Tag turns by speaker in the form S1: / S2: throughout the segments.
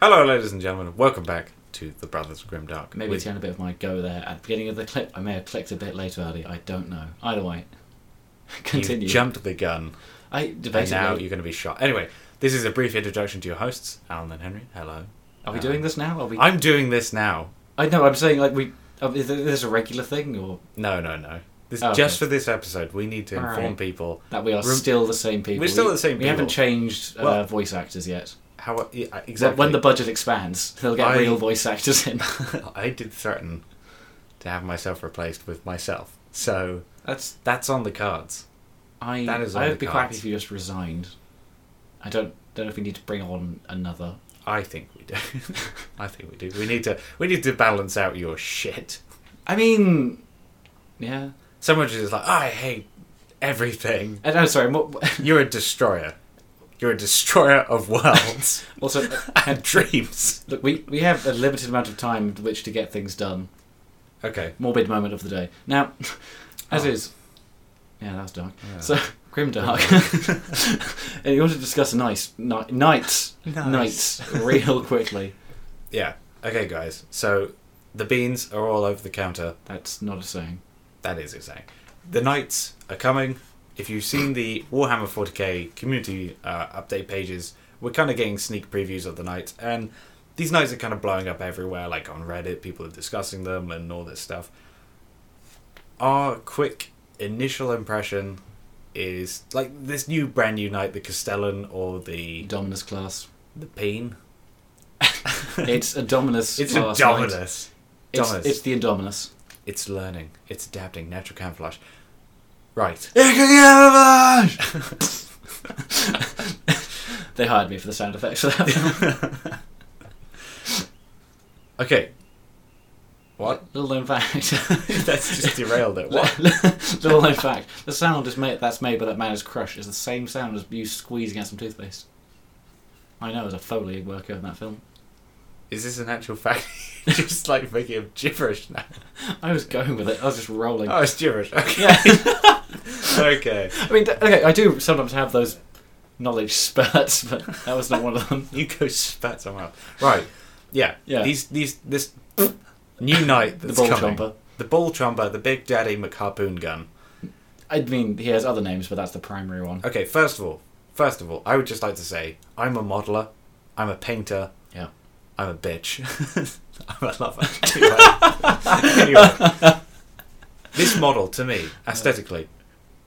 S1: Hello, ladies and gentlemen. Welcome back to the Brothers Grimdark.
S2: Maybe
S1: with-
S2: it's the end a bit of my go there at the beginning of the clip. I may have clicked a bit late early. I don't know. Either way, continue.
S1: You've jumped the gun,
S2: I
S1: and now
S2: debatably.
S1: you're going to be shot. Anyway, this is a brief introduction to your hosts, Alan and Henry. Hello.
S2: Are we doing this now? Are we? I,
S1: I'm doing this now.
S2: know. I'm saying like we. Are, is this a regular thing or
S1: No, no, no. This
S2: Oh, okay.
S1: just for this episode. We need to
S2: All
S1: inform
S2: right.
S1: people.
S2: that we are
S1: Rem-
S2: still the same people?
S1: We're still
S2: We-
S1: the same
S2: We haven't
S1: people.
S2: changed uh,
S1: Well-
S2: voice actors yet.
S1: How uh, yeah, exactly?
S2: When the budget expands, they'll get
S1: I-
S2: real voice actors in.
S1: I did threaten to have myself replaced with myself, so
S2: That's
S1: that's on the cards.
S2: I.
S1: That is on
S2: I
S1: the
S2: would be quite happy
S1: cards.
S2: if you just resigned. I don't don't know if we need to bring on another.
S1: I think we do. I think we do. We need to. We need to balance out your shit.
S2: I mean, yeah.
S1: Someone just is like, I hate everything.
S2: And I'm sorry. More,
S1: You're a destroyer. You're a destroyer of worlds
S2: also,
S1: and dreams.
S2: Look, we, we have a limited amount of time with which to get things done.
S1: Okay.
S2: Morbid moment of the day. Now, as
S1: Oh.
S2: is. Yeah, that was dark.
S1: Yeah.
S2: So, Grimdark. and you want to discuss a nice night, nights, nights, real quickly.
S1: Yeah. Okay, guys. So the beans are all over the counter.
S2: That's not a saying.
S1: That is insane. The knights are coming. If you've seen the Warhammer 40k community uh, update pages, we're kind of getting sneak previews of the knights, and these knights are kind of blowing up everywhere, like on Reddit, people are discussing them and all this stuff. Our quick initial impression is like this new brand new knight, the Castellan or the
S2: Dominus class.
S1: the Peen.
S2: It's a Dominus
S1: It's a
S2: class. knight.
S1: Dominus.
S2: It's,
S1: Dominus.
S2: it's the Indominus.
S1: It's learning. It's adapting. Natural camouflage. Right.
S2: They hired me for the sound effects for that.
S1: Okay. What?
S2: Little known fact.
S1: That's just derailed it. What?
S2: Little known fact. The sound is made that's made by that man's crush is the same sound as you squeezing out some toothpaste. I know as a Foley worker in that film.
S1: Is this an actual fact? just like making up gibberish now.
S2: I was going with it. I was just rolling.
S1: Oh, it's gibberish. Okay.
S2: Yeah.
S1: okay.
S2: I mean, th- okay. I do sometimes have those knowledge spurts, but that was not one of them.
S1: You go spat somewhere else. Right. Yeah.
S2: Yeah.
S1: These these this new knight
S2: The
S1: that's
S2: ball
S1: coming.
S2: chomper.
S1: The ball chomper, the big daddy McHarpoon gun.
S2: I mean, he has other names, but that's the primary one.
S1: Okay, first of all, first of all, I would just like to say I'm a modeler, I'm a painter,
S2: Yeah.
S1: I'm a bitch, I'm a lover. Anyway, Anyway, this model to me, aesthetically,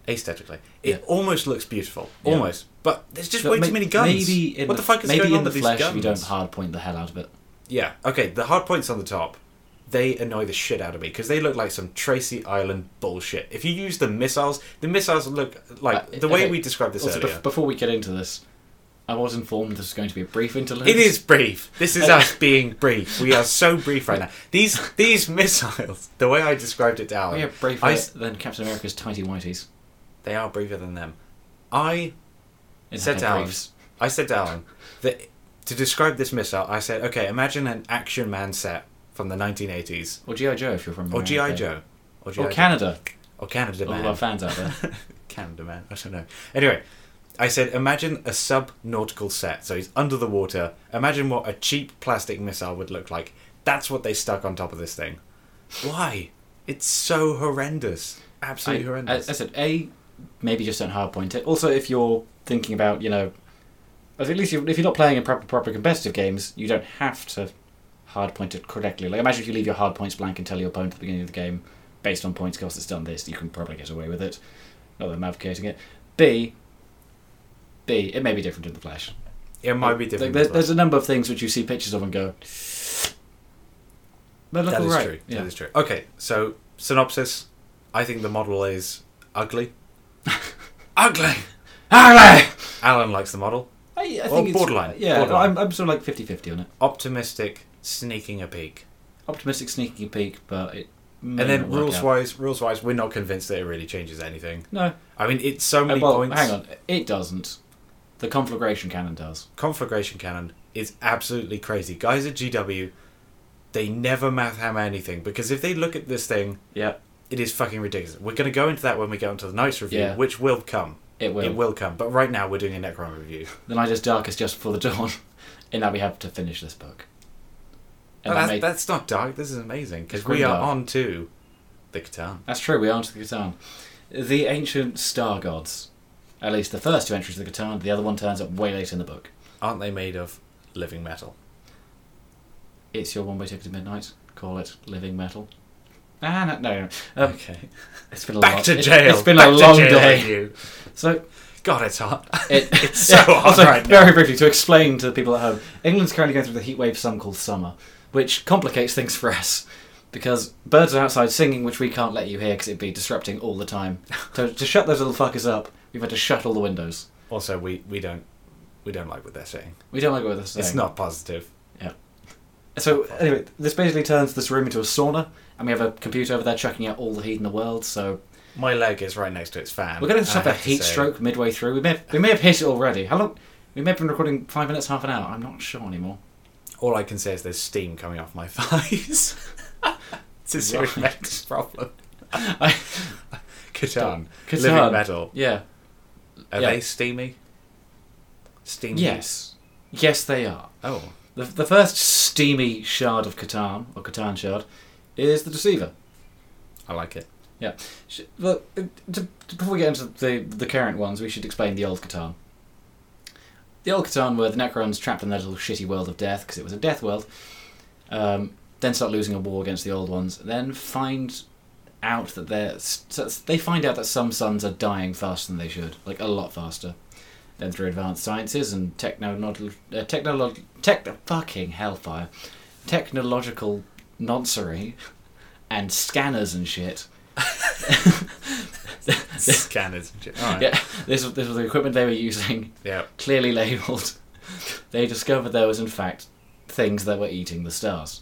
S1: aesthetically, it
S2: Yeah.
S1: almost looks beautiful,
S2: Yeah.
S1: almost. But there's just
S2: But
S1: way
S2: may-
S1: too many guns.
S2: Maybe in
S1: what the, fuck is
S2: maybe
S1: going
S2: in
S1: on
S2: the
S1: with
S2: flesh
S1: these
S2: if
S1: guns?
S2: you don't hard point the hell out of it.
S1: Yeah. Okay. The hard points on the top, they annoy the shit out of me because they look like some Tracy Island bullshit. If you use the missiles, the missiles look like
S2: Uh,
S1: the way
S2: okay.
S1: we described this
S2: Also,
S1: earlier.
S2: bef- before we get into this, I was informed this was going to be a brief interlude.
S1: It is brief. Uh, This is us being brief. We are so brief right now. These these missiles, the way I described it to Alan,
S2: We have briefer
S1: I s-
S2: than Captain America's tighty whities.
S1: they are briefer than them. I
S2: In
S1: said to
S2: Happy
S1: Alan,
S2: Briefs.
S1: I said to Alan that to describe this missile, I said, okay, imagine an Action Man set from the 1980s,
S2: or GI Joe if you're from
S1: or
S2: America.
S1: GI Joe, or GI
S2: or
S1: Joe.
S2: Canada.
S1: or Canada
S2: All
S1: Man,
S2: our fans out there.
S1: Canada Man. I don't know. Anyway, I said, imagine a sub-nautical set. So he's under the water. Imagine what a cheap plastic missile would look like. That's what they stuck on top of this thing. Why? It's so horrendous.
S2: I,
S1: Absolutely
S2: I, I
S1: horrendous.
S2: said a maybe just don't hard point it. Also, if you're thinking about you know, at least if if you're not playing in proper proper competitive games, you don't have to hard point it correctly. Like imagine if you leave your hard points blank and tell your opponent at the beginning of the game, based on points cost, it's done this. You can probably get away with it. Not that I'm advocating it. B. B. It may be different in the flesh.
S1: it might be different.
S2: Like,
S1: as
S2: there's,
S1: well.
S2: there's a number of things which you see pictures of and go. But look
S1: That is
S2: alright."
S1: true.
S2: Yeah.
S1: That is true. Okay, so synopsis. I think the model is ugly. ugly.
S2: Alright!
S1: Alan likes the model.
S2: Ah, I, I think
S1: Or
S2: it's-
S1: borderline.
S2: Yeah,
S1: Borderline.
S2: I'm, I'm sort of like 50 50 on it.
S1: Optimistic, sneaking a peek.
S2: Optimistic sneaking peek, but it.
S1: And then rules wise, rules wise, we're not convinced that it really changes anything.
S2: No.
S1: I mean, it's so
S2: Uh,
S1: many
S2: well,
S1: points.
S2: hang on. It doesn't. The conflagration cannon does.
S1: Conflagration Cannon is absolutely crazy. Guys at GW, they never math hammer anything because if they look at this thing,
S2: Yeah.
S1: it is fucking ridiculous. We're going to go into that when we get onto the Knights review,
S2: Yeah.
S1: which will come.
S2: It will.
S1: It will come. But right now, we're doing a Necron review.
S2: The night is darkest just before the dawn. in that we have to finish this book.
S1: No,
S2: And
S1: that's,
S2: that made, that's,
S1: that's not dark. This is amazing because
S2: It's
S1: we are
S2: grimdark.
S1: on to the Catan.
S2: true, we are onto the Catan. The ancient star gods. At least the first two entries of the Catan, the other one turns up way later in the book.
S1: Aren't they made of living metal?
S2: It's your one way ticket to midnight. Call it living metal. Ah, no, no. no. Um,
S1: Okay.
S2: it's been a
S1: Back
S2: long,
S1: to
S2: it-
S1: jail.
S2: it's been
S1: Back
S2: a
S1: to
S2: long
S1: jail,
S2: day.
S1: you.
S2: So
S1: God, it's hot.
S2: It,
S1: It's so hard
S2: also,
S1: right now.
S2: Very briefly, to explain to the people at home, England's currently going through the heat wave some call summer, which complicates things for us because birds are outside singing, which we can't let you hear because it'd be disrupting all the time. So to shut those little fuckers up, we've had to shut all the windows.
S1: Also, we, we don't we don't like what they're saying.
S2: We don't like what they're saying.
S1: It's not positive.
S2: So anyway, this basically turns this room into a sauna, and we have a computer over there chucking out all the heat in the world. So
S1: My leg is right next to its fan.
S2: we're going
S1: and
S2: to
S1: I
S2: suffer a
S1: have
S2: heat
S1: say-
S2: stroke midway through. We may have, we may have hit it already. How long? We may have been recording five minutes, half an hour. I'm not sure anymore.
S1: All I can say is there's steam coming off my thighs. it's a serious
S2: Right.
S1: mental problem.
S2: I-
S1: Catan.
S2: Catan.
S1: Living metal.
S2: Yeah.
S1: Are
S2: Yeah.
S1: they steamy? Steamy?
S2: Yes. Yes, they are.
S1: Oh.
S2: The, the first steamy shard of Catan, or Catan shard, is the Deceiver.
S1: I like it.
S2: Yeah. Sh- Look, uh, to, to- before we get into the, the current ones, we should explain the old Catan. The old Catan were the Necrons trapped in their little shitty world of death, because it was a death world, um, then start losing a war against the old ones, then find out that they're. s- s- They find out that some suns are dying faster than they should, like a lot faster. Then through advanced sciences and technological. Uh, technolog- tech, fucking hellfire. Technological noncery and scanners and shit.
S1: Scanners. All right.
S2: Yeah, this was, this was the equipment they were using,
S1: yeah.
S2: clearly labelled. They discovered there was, in fact, things that were eating the stars.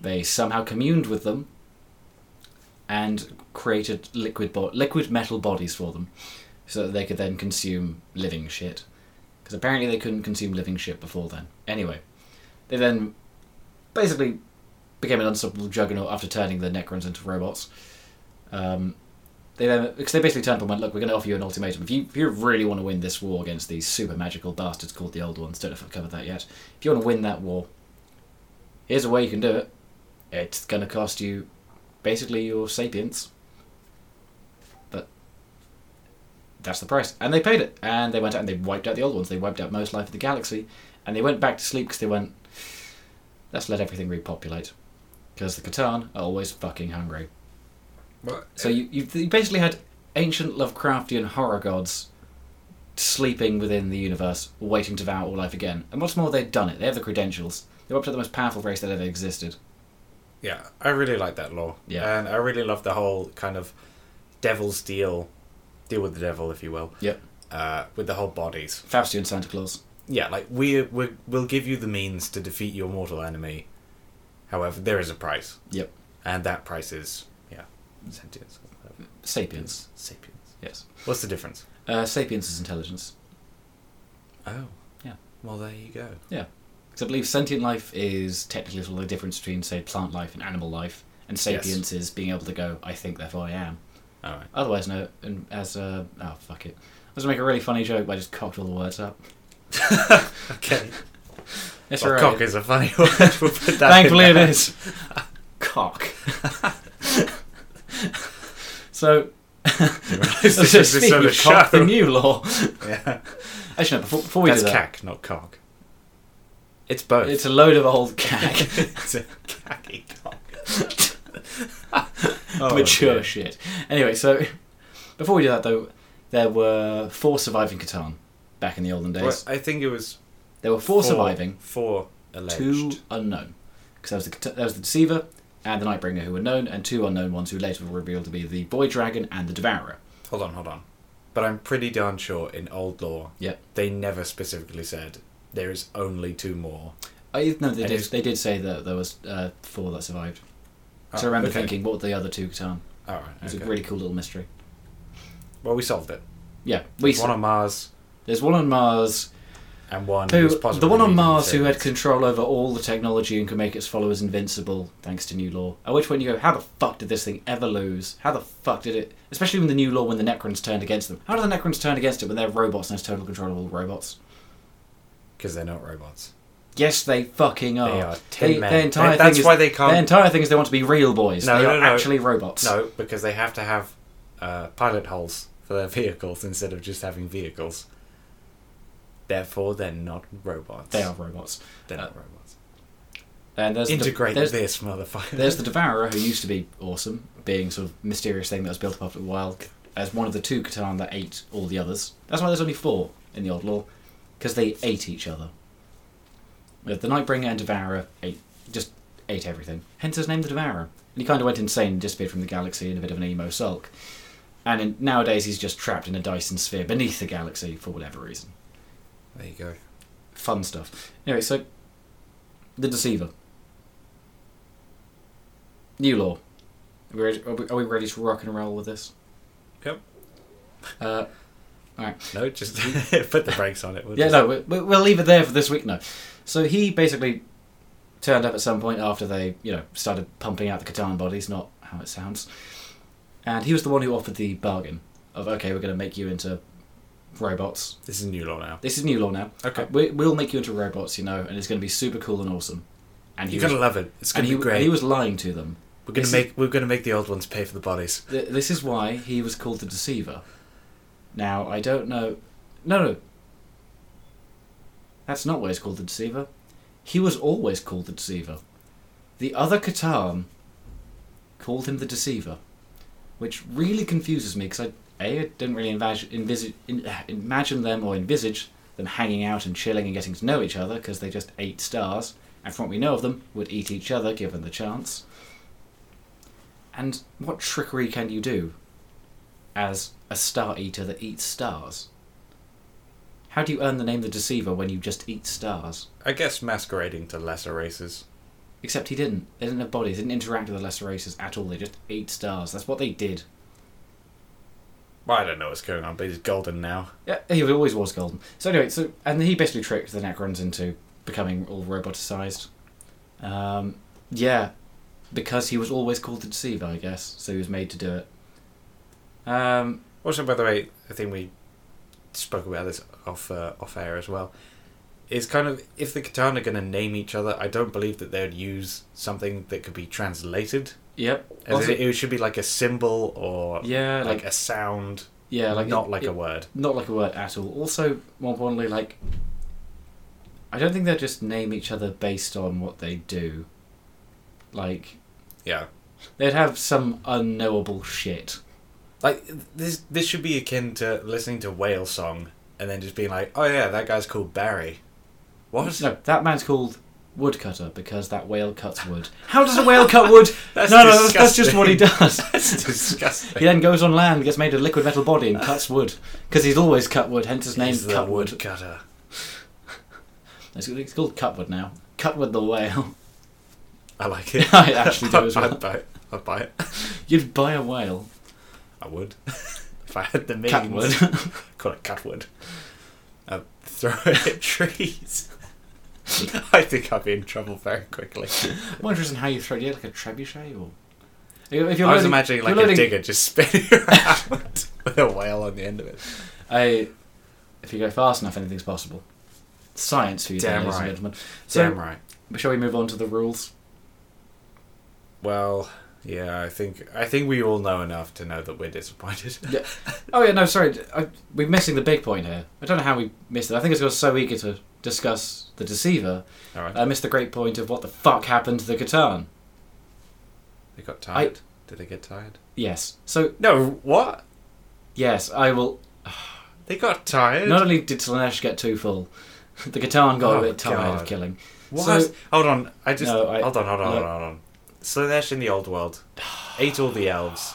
S2: They somehow communed with them and created liquid, bo- liquid metal bodies for them so that they could then consume living shit. Because apparently they couldn't consume living shit before then. Anyway, they then basically became an unstoppable juggernaut after turning the Necrons into robots. Um, they then because they basically turned up and went, look, we're going to offer you an ultimatum. If you if you really want to win this war against these super magical bastards called the Old Ones, don't know if I've covered that yet. If you want to win that war, here's a way you can do it. It's going to cost you basically your sapience, but that's the price. And they paid it, and they went out and they wiped out the Old Ones. They wiped out most life of the galaxy, and they went back to sleep because they went, let's let everything repopulate, because the Catan are always fucking hungry. So you, you, you basically had ancient Lovecraftian horror gods sleeping within the universe, waiting to devour all life again. And what's more, they'd done it. They have the credentials. They were up to the most powerful race that ever existed.
S1: Yeah, I really like that law.
S2: Yeah.
S1: And I really love the whole kind of devil's deal, deal with the devil, if you will,
S2: Yep.
S1: uh, with the whole bodies.
S2: Faustian Santa Claus.
S1: Yeah, like, we we we'll give you the means to defeat your mortal enemy. However, there is a price.
S2: Yep.
S1: And that price is, yeah, sentience. or whatever.
S2: Sapiens.
S1: Sapiens.
S2: Yes.
S1: What's the difference?
S2: Uh, sapiens is intelligence.
S1: Oh.
S2: Yeah.
S1: Well, there you go.
S2: Because I believe sentient life is technically sort of the difference between, say, plant life and animal life. And
S1: Yes.
S2: sapiens is being able to go, I think, therefore I am.
S1: All right.
S2: Otherwise, no. And as a. Oh, fuck it. I was going to make a really funny joke, but I just cocked all the words up.
S1: Okay.
S2: It's
S1: well,
S2: alright.
S1: Oh, cock is a funny word. We'll put that in
S2: Thankfully, it
S1: there.
S2: is. Cock. so,
S1: You realise this is the
S2: speaking
S1: sort of
S2: of cock, the
S1: show.
S2: new law.
S1: Yeah.
S2: Actually, no, before, before we
S1: That's
S2: do that,
S1: cack, not cock. It's both.
S2: it's a load of old cack,
S1: it's a cacky cock. Oh,
S2: mature
S1: dear.
S2: shit. Anyway, so before we do that, though, there were four surviving Catan back in the olden days.
S1: Well, I think it was
S2: There were four, surviving,
S1: Four alleged.
S2: two unknown. Because there, was the Cata- there was the Deceiver and the Nightbringer, who were known, and two unknown ones who later were revealed to be the Boy Dragon and the Devourer.
S1: Hold on, hold on. But I'm pretty darn sure in old law,
S2: Yep.
S1: they never specifically said there is only two more.
S2: I, no, they
S1: And
S2: did.
S1: it's-
S2: They did say that there was uh, four that survived. so I
S1: Oh,
S2: remember
S1: okay.
S2: thinking, what were the other two Catan?
S1: All
S2: It
S1: right.
S2: was
S1: Okay.
S2: a really cool little mystery.
S1: Well, we solved it.
S2: Yeah, we.
S1: There's one on Mars
S2: there's one on Mars
S1: and one.
S2: who
S1: who's
S2: the
S1: possibly
S2: one on
S1: leading the
S2: Mars who had
S1: series.
S2: control over all the technology and could make its followers invincible thanks to new law. At which point you go, how the fuck did this thing ever lose? How the fuck did it? Especially when the new law when the Necrons turned against them. How do the Necrons turn against it when they're robots and has total control of all the robots?
S1: because they're not robots.
S2: Yes, they fucking are.
S1: They are tin men.
S2: Their entire
S1: That-
S2: thing
S1: that's
S2: is,
S1: why they can't-
S2: Their entire thing is they want to be real boys.
S1: No,
S2: they
S1: no,
S2: are
S1: no.
S2: actually robots.
S1: No, because they have to have uh, pilot holes for their vehicles instead of just having vehicles. Therefore, they're not robots.
S2: They are robots.
S1: They're not robots.
S2: And there's
S1: Integrate
S2: The, there's,
S1: this, motherfucker.
S2: there's the Devourer, who used to be awesome, being sort of mysterious thing that was built up after a while, as one of the two Catan that ate all the others. That's why there's only four in the old law, because they ate each other. Uh, The Nightbringer and Devourer ate just ate everything. Hence his name, the Devourer. And he kind of went insane and disappeared from the galaxy in a bit of an emo sulk. And in, nowadays he's just trapped in a Dyson sphere beneath the galaxy for whatever reason
S1: There you go.
S2: fun stuff. Anyway, so the Deceiver, new law. Are we ready, are we, are we ready to rock and roll with this?
S1: Yep.
S2: Uh, all right.
S1: No, just put the brakes on it. We'll
S2: Yeah,
S1: just-
S2: no, we- we- we'll leave it there for this week. No. So he basically turned up at some point after they, you know, started pumping out the Catan bodies, not how it sounds. And he was the one who offered the bargain of, okay, we're going to make you into robots.
S1: This is new law now.
S2: This is new law now.
S1: Okay.
S2: Uh, we, we'll make you into robots, you know, and it's going to be super cool and awesome. And he
S1: You're
S2: was,
S1: gonna love it. It's
S2: and
S1: gonna
S2: he,
S1: be great.
S2: and he was lying to them.
S1: we're gonna
S2: this is-
S1: make we're gonna make the old ones pay for the bodies.
S2: Th- this is why he was called the deceiver. Now I don't know. No, no. That's not why he's called the deceiver. He was always called the deceiver. The other Catan called him the deceiver, which really confuses me because I a I didn't really envisage, envisage, in, imagine them or envisage them hanging out and chilling and getting to know each other because they just ate stars and from what we know of them would eat each other given the chance. And what trickery can you do as a star eater that eats stars? How do you earn the name the Deceiver when you just eat stars?
S1: I guess masquerading to lesser races.
S2: Except he didn't. They didn't have bodies, they didn't interact with the lesser races at all, they just ate stars. That's what they did.
S1: Well, I don't know what's going on, but he's golden now.
S2: Yeah, he always was golden. So anyway, so and he basically tricked the Necrons into becoming all roboticized. Um, yeah, because he was always called the Deceiver, I guess. So he was made to do it. Um,
S1: Also, by the way, I think we spoke about this off uh, off air as well. Is kind of if the Catan are going to name each other, I don't believe that they would use something that could be translated.
S2: Yep.
S1: As
S2: Also-
S1: it, it should be like a symbol or
S2: yeah,
S1: like
S2: like,
S1: a sound,
S2: yeah, like
S1: not
S2: it-
S1: like
S2: it-
S1: a word.
S2: not like a word at all. Also, more importantly, like I don't think they'll just name each other based on what they do. Like
S1: Yeah,
S2: they'd have some unknowable shit.
S1: like this. This should be akin to listening to whale song and then just being like, "Oh yeah, that guy's called Barry." What?
S2: No, that man's called woodcutter because that whale cuts wood. How does a whale cut wood?
S1: That's
S2: no, no, that's, that's just what he does.
S1: That's disgusting.
S2: He then goes on land, gets made a liquid metal body, and cuts wood because he's always cut wood. Hence his name's
S1: He's the
S2: Cutwood.
S1: woodcutter.
S2: It's, it's called Cutwood now. Cutwood the whale.
S1: I like it.
S2: I actually do as
S1: I-
S2: well.
S1: I'd buy it. I'd buy it.
S2: You'd buy a whale.
S1: I would. if I had the means.
S2: Catwood.
S1: Call it cutwood. Uh, throw it at trees. I think I'd be in trouble very quickly.
S2: I'm interested in how you throw it, yeah, like a trebuchet or. If
S1: I
S2: you're
S1: was
S2: loading-
S1: imagining
S2: if
S1: like
S2: you're
S1: a
S2: loading
S1: digger just spinning around with a whale on the end of it.
S2: a- if you go fast enough, anything's possible. Science for you,
S1: Damn
S2: then, ladies and
S1: right.
S2: gentlemen. So,
S1: Damn right.
S2: shall we move on to the rules?
S1: Well, yeah, I think I think we all know enough to know that we're disappointed.
S2: Oh yeah, no, sorry, I, we're missing the big point here. I don't know how we missed it. I think it's because I was so eager to discuss the deceiver,
S1: all right,
S2: I missed the great point of what the fuck happened to the Catan.
S1: they got tired. Did they get tired?
S2: Yes. So
S1: No, what?
S2: yes, I will
S1: They got tired.
S2: Not only did Slanesh get too full, the Catan got
S1: Oh,
S2: a bit tired
S1: God.
S2: of killing.
S1: What?
S2: So-
S1: hold on. I just
S2: No, I-
S1: hold on, hold on,
S2: no.
S1: hold on, hold on. Slanesh in the old world ate all the elves.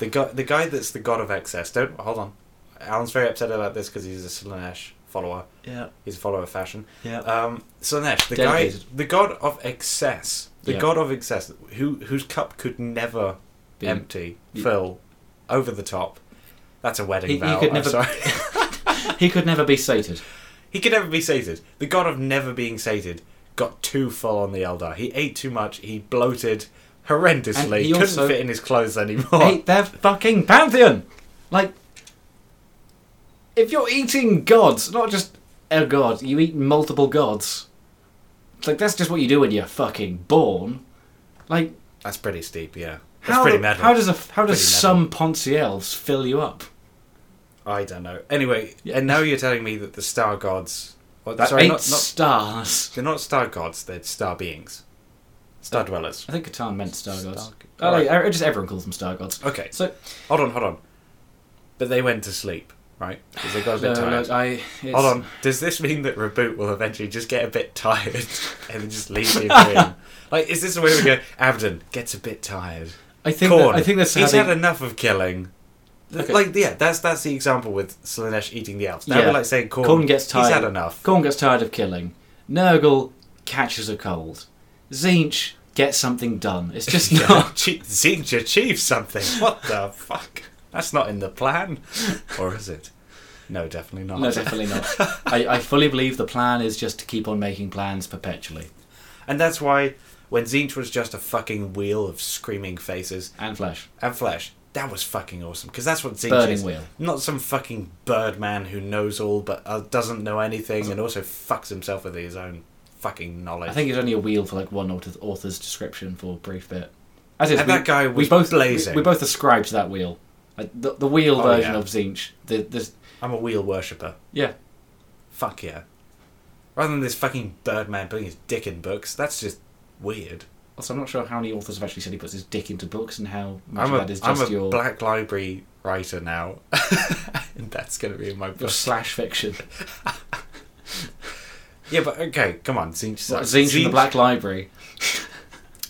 S1: The guy, the guy that's the god of excess. Don't hold on. Alan's very upset about this because he's a Slanesh follower.
S2: Yeah,
S1: He's a follower of fashion.
S2: yeah.
S1: Um, Slanesh, the
S2: Dedicated.
S1: guy, the god of excess, the
S2: Yeah.
S1: god of excess, who whose cup could never
S2: Be-
S1: empty,
S2: Ye-
S1: fill, over the top. That's a wedding
S2: He- he
S1: vow.
S2: could
S1: I'm
S2: never-
S1: sorry.
S2: he could never be sated.
S1: He could never be sated. The god of never being sated got too full on the Eldar. He ate too much. He bloated
S2: And
S1: horrendously.
S2: he
S1: couldn't
S2: also-
S1: fit in his clothes anymore.
S2: Hate their fucking pantheon. Like, if you're eating gods, not just a god, you eat multiple gods. It's like that's just what you do when you're fucking born. Like
S1: That's pretty steep, yeah. That's
S2: how,
S1: pretty
S2: the-
S1: metal.
S2: how does a how
S1: Pretty
S2: does some Ponzi elves fill you up?
S1: I don't know. Anyway,
S2: Yeah.
S1: and now you're telling me that the star gods. Well,
S2: That's
S1: sorry,
S2: eight
S1: not, not,
S2: stars.
S1: they're not star gods, they're star beings. Star dwellers.
S2: I think Catan meant star gods.
S1: Star-
S2: Oh,
S1: Alright.
S2: like, I- just everyone calls them star gods.
S1: Okay,
S2: So
S1: hold on, hold on. But they went to sleep, right? Because they got a
S2: no,
S1: bit tired.
S2: look, I it's,
S1: Hold on. Does this mean that Reboot will eventually just get a bit tired and then just leave you in? Like, is this the way we go? Abden gets a bit tired.
S2: I think
S1: Corn.
S2: that, I think that's how
S1: he's
S2: they,
S1: had enough of killing.
S2: Okay.
S1: Like, yeah, that's that's the example with Slanesh eating the elves. Now
S2: Yeah.
S1: we're like saying Corn.
S2: Corn gets
S1: He's
S2: tired.
S1: had enough.
S2: Gorn gets tired of killing. Nurgle catches a cold. Zinch gets something done. It's just not.
S1: Zinch achieved something. What the fuck? That's not in the plan, or is it? No, definitely not.
S2: No, definitely not. I, I fully believe the plan is just to keep on making plans perpetually
S1: and that's why when Zinch was just a fucking wheel of screaming faces,
S2: and flesh.
S1: and flesh. That was fucking awesome because that's what Zinch
S2: Burning
S1: is.
S2: wheel.
S1: Not some fucking bird man who knows all but uh, doesn't know anything and also fucks himself with his own fucking knowledge.
S2: I think it's only a wheel for like one author, author's description for a brief bit. As is,
S1: And that guy was
S2: we both
S1: blazing.
S2: We, we both ascribe to that wheel, like the, the wheel
S1: Oh,
S2: version
S1: yeah.
S2: of Zinch. The, the
S1: I'm a wheel worshipper.
S2: yeah,
S1: Fuck yeah. Rather than this fucking bird man putting his dick in books, that's just weird.
S2: Also, I'm not sure how many authors have actually said he puts his dick into books and how much
S1: I'm
S2: of
S1: a,
S2: that is
S1: I'm
S2: just
S1: a
S2: your,
S1: black library writer now. and that's going to be in my
S2: your
S1: book.
S2: slash fiction.
S1: Yeah, but okay, come on. Zinch
S2: Like
S1: sucks.
S2: Zinch in the Black Library.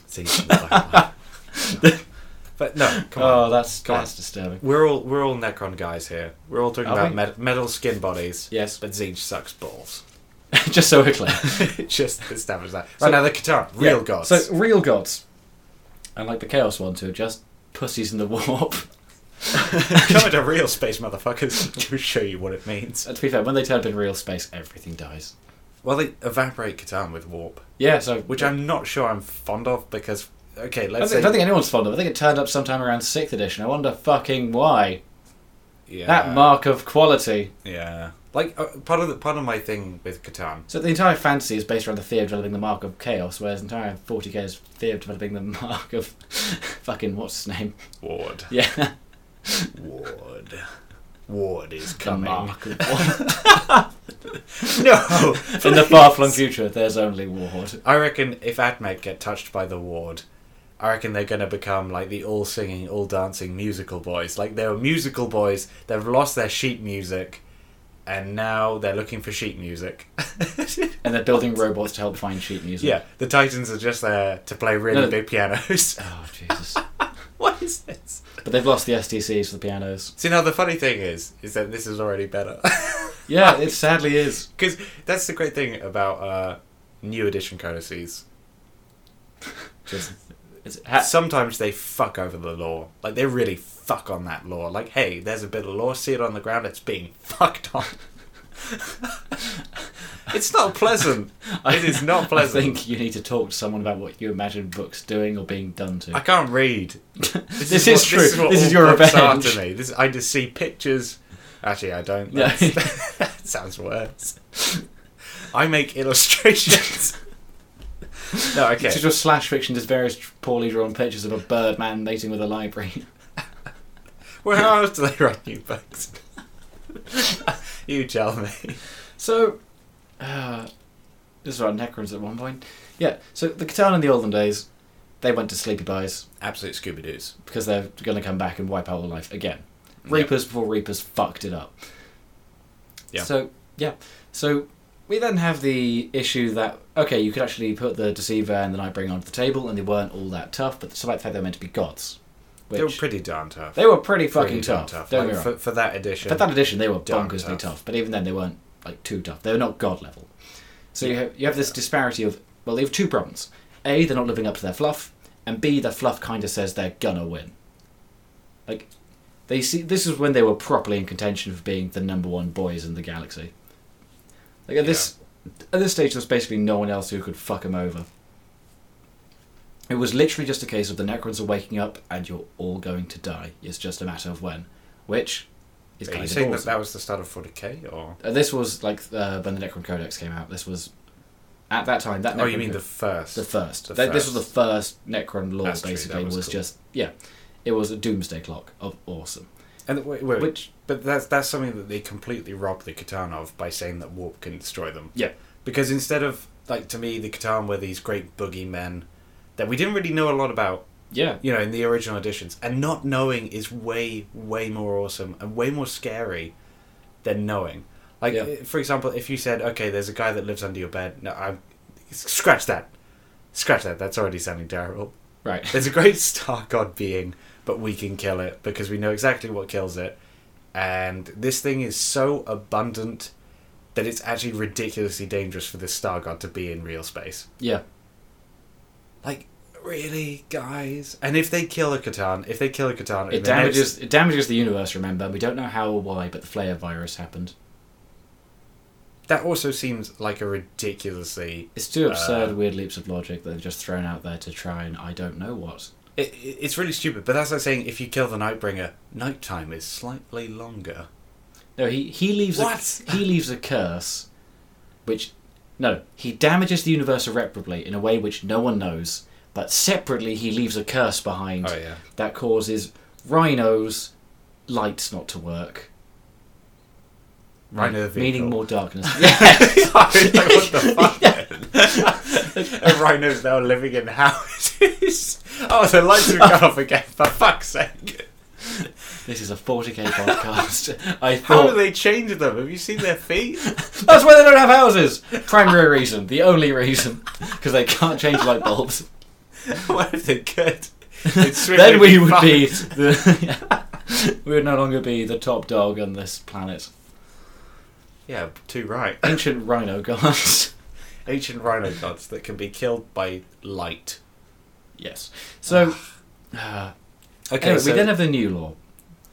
S1: Zinch in the black library. but no, come on.
S2: Oh, that's
S1: Come on.
S2: that's disturbing.
S1: We're all we're all Necron guys here. We're all talking
S2: Are
S1: about
S2: we?
S1: met- metal skin bodies,
S2: Yes,
S1: but Zinj sucks balls.
S2: just so we're clear.
S1: Just establish that. Right
S2: So-
S1: now, the Qatar, real
S2: Yeah,
S1: gods.
S2: So real gods, and like the Chaos ones who are just pussies in the warp.
S1: Coming to real space, motherfuckers, to show you what it means.
S2: And to be fair, when they turn up in real space, everything dies.
S1: Well, they evaporate Catan with warp,
S2: Yeah, so
S1: which I'm not sure I'm fond of because, okay,
S2: I don't,
S1: let's
S2: think, I
S1: say.
S2: don't think anyone's fond of. it. I think it turned up sometime around sixth edition. I wonder fucking why.
S1: yeah,
S2: That mark of quality.
S1: Yeah. Like, uh, part, of the, part of my thing with Catan.
S2: So the entire fantasy is based around the fear of developing the mark of chaos, whereas the entire 40k is fear of developing the mark of fucking what's his name?
S1: Ward.
S2: Yeah,
S1: Ward. Ward is
S2: the
S1: coming.
S2: mark of war.
S1: No!
S2: In the far-flung future, there's only Warhord.
S1: I reckon if Admet get touched by the ward, I reckon they're gonna become like the all singing, all dancing musical boys. Like they were musical boys, they've lost their sheet music, and now they're looking for sheet music.
S2: and they're building robots to help find sheet music.
S1: yeah, the Titans are just there to play really
S2: No.
S1: big pianos.
S2: Oh Jesus!
S1: what is this?
S2: but they've lost the STCs for the pianos.
S1: See now the funny thing is, is that this is already better.
S2: Yeah, it sadly is.
S1: Because that's the great thing about uh, new edition codices. Just
S2: It's ha-
S1: sometimes they fuck over the law. Like they really fuck on that law. Like, hey, there's a bit of law, see it on the ground, it's being fucked on. it's not pleasant. It is not
S2: I
S1: pleasant. I,
S2: think you need to talk to someone about what you imagine books doing or being done to.
S1: can't read.
S2: This is true.
S1: what
S2: This
S1: all
S2: is your
S1: books are
S2: revenge.
S1: to me. This, I just see pictures. Actually, I don't.
S2: Yeah.
S1: That's- that sounds worse. I make illustrations. no, okay.
S2: It's just a slash fiction, just various poorly drawn pictures of a birdman mating with a library.
S1: Well, how else do they write new books? you tell me.
S2: So, uh, this is about Necrons at one point. Yeah, so the Catan in the olden days, they went to sleepy buys
S1: Absolute Scooby Doo's.
S2: because they're going to come back and wipe out all life again.
S1: Yep.
S2: Reapers before Reapers fucked it up.
S1: Yeah.
S2: So yeah, so we then have the issue that okay, you could actually put the Deceiver and the Nightbringer onto the table, and they weren't all that tough, but despite the fact they're meant to be gods, which
S1: They were pretty darn tough.
S2: pretty fucking
S1: Pretty darn
S2: tough. Don't
S1: Like,
S2: get me wrong.
S1: for, for that edition.
S2: For that edition, they were
S1: Darn
S2: bonkersly
S1: tough.
S2: tough. but even then, they weren't like too tough. They were not god level. So you have, you have this disparity of well, they have two problems: a, they're not living up to their fluff, and b, their fluff kind of says they're gonna win. Like they see, this is when they were properly in contention for being the number one boys in the galaxy. Like at this at this stage, there's basically no one else who could fuck them over. It was literally just a case of the Necrons are waking up and you're all going to die. It's just a matter of when, which is
S1: Are
S2: kind
S1: you
S2: of
S1: saying that
S2: awesome.
S1: that was the start of 40k? Or
S2: Uh, this was like uh, when the Necron Codex came out. This was at that time, that
S1: Oh, you
S2: Necron
S1: mean
S2: could-
S1: the first?
S2: the first.
S1: The
S2: Th- This was the
S1: first.
S2: first Necron lore,
S1: That's true,
S2: basically,
S1: that
S2: was,
S1: was cool.
S2: just, yeah, it was a doomsday clock of awesome.
S1: and wait, wait,
S2: Which,
S1: but that's that's something that they completely robbed the Catan of by saying that warp can destroy them.
S2: yeah,
S1: Because instead of like to me, the Catan were these great boogeymen that we didn't really know a lot about,
S2: yeah,
S1: you know, in the original editions. And not knowing is way, way more awesome and way more scary than knowing. Like,
S2: Yeah.
S1: eh, for example, if you said, "Okay, there's a guy that lives under your bed," no, I'm scratch that, scratch that. That's already sounding terrible.
S2: right.
S1: There's a great star god being, but we can kill it because we know exactly what kills it. And this thing is so abundant that it's actually ridiculously dangerous for this star god to be in real space.
S2: yeah,
S1: Like, really, guys? And if they kill a Catan, if they kill a Catan,
S2: it damages it damages the universe. Remember, we don't know how or why, but the Flayer virus happened.
S1: that also seems like a ridiculously.
S2: It's two absurd,
S1: Uh,
S2: weird leaps of logic that they've just thrown out there to try and I don't know what.
S1: It, it- it's really stupid, but that's like saying if you kill the Nightbringer, nighttime is slightly longer.
S2: No, he he leaves
S1: What?
S2: a he leaves a curse, which no, he damages the universe irreparably in a way which no one knows. But separately, he leaves a curse behind
S1: yeah.
S2: that causes rhinos lights not to work,
S1: Rhino the
S2: meaning
S1: vehicle.
S2: more darkness.
S1: Sorry, like, what the fuck? a rhino's now living in houses. oh, the lights have gone off again, for fuck's sake.
S2: this is a 40k podcast. I
S1: How do
S2: thought
S1: they change them? Have you seen their feet?
S2: that's why they don't have houses. Primary reason, the only reason, because they can't change light bulbs.
S1: what if they could? They'd
S2: then
S1: swiftly
S2: we would
S1: fucked.
S2: be the, we would no longer be the top dog on this planet.
S1: Yeah, too right.
S2: Ancient rhino gods.
S1: Ancient rhino gods that can be killed by light.
S2: yes. So, uh,
S1: Okay,
S2: anyway,
S1: so
S2: we then have the new law.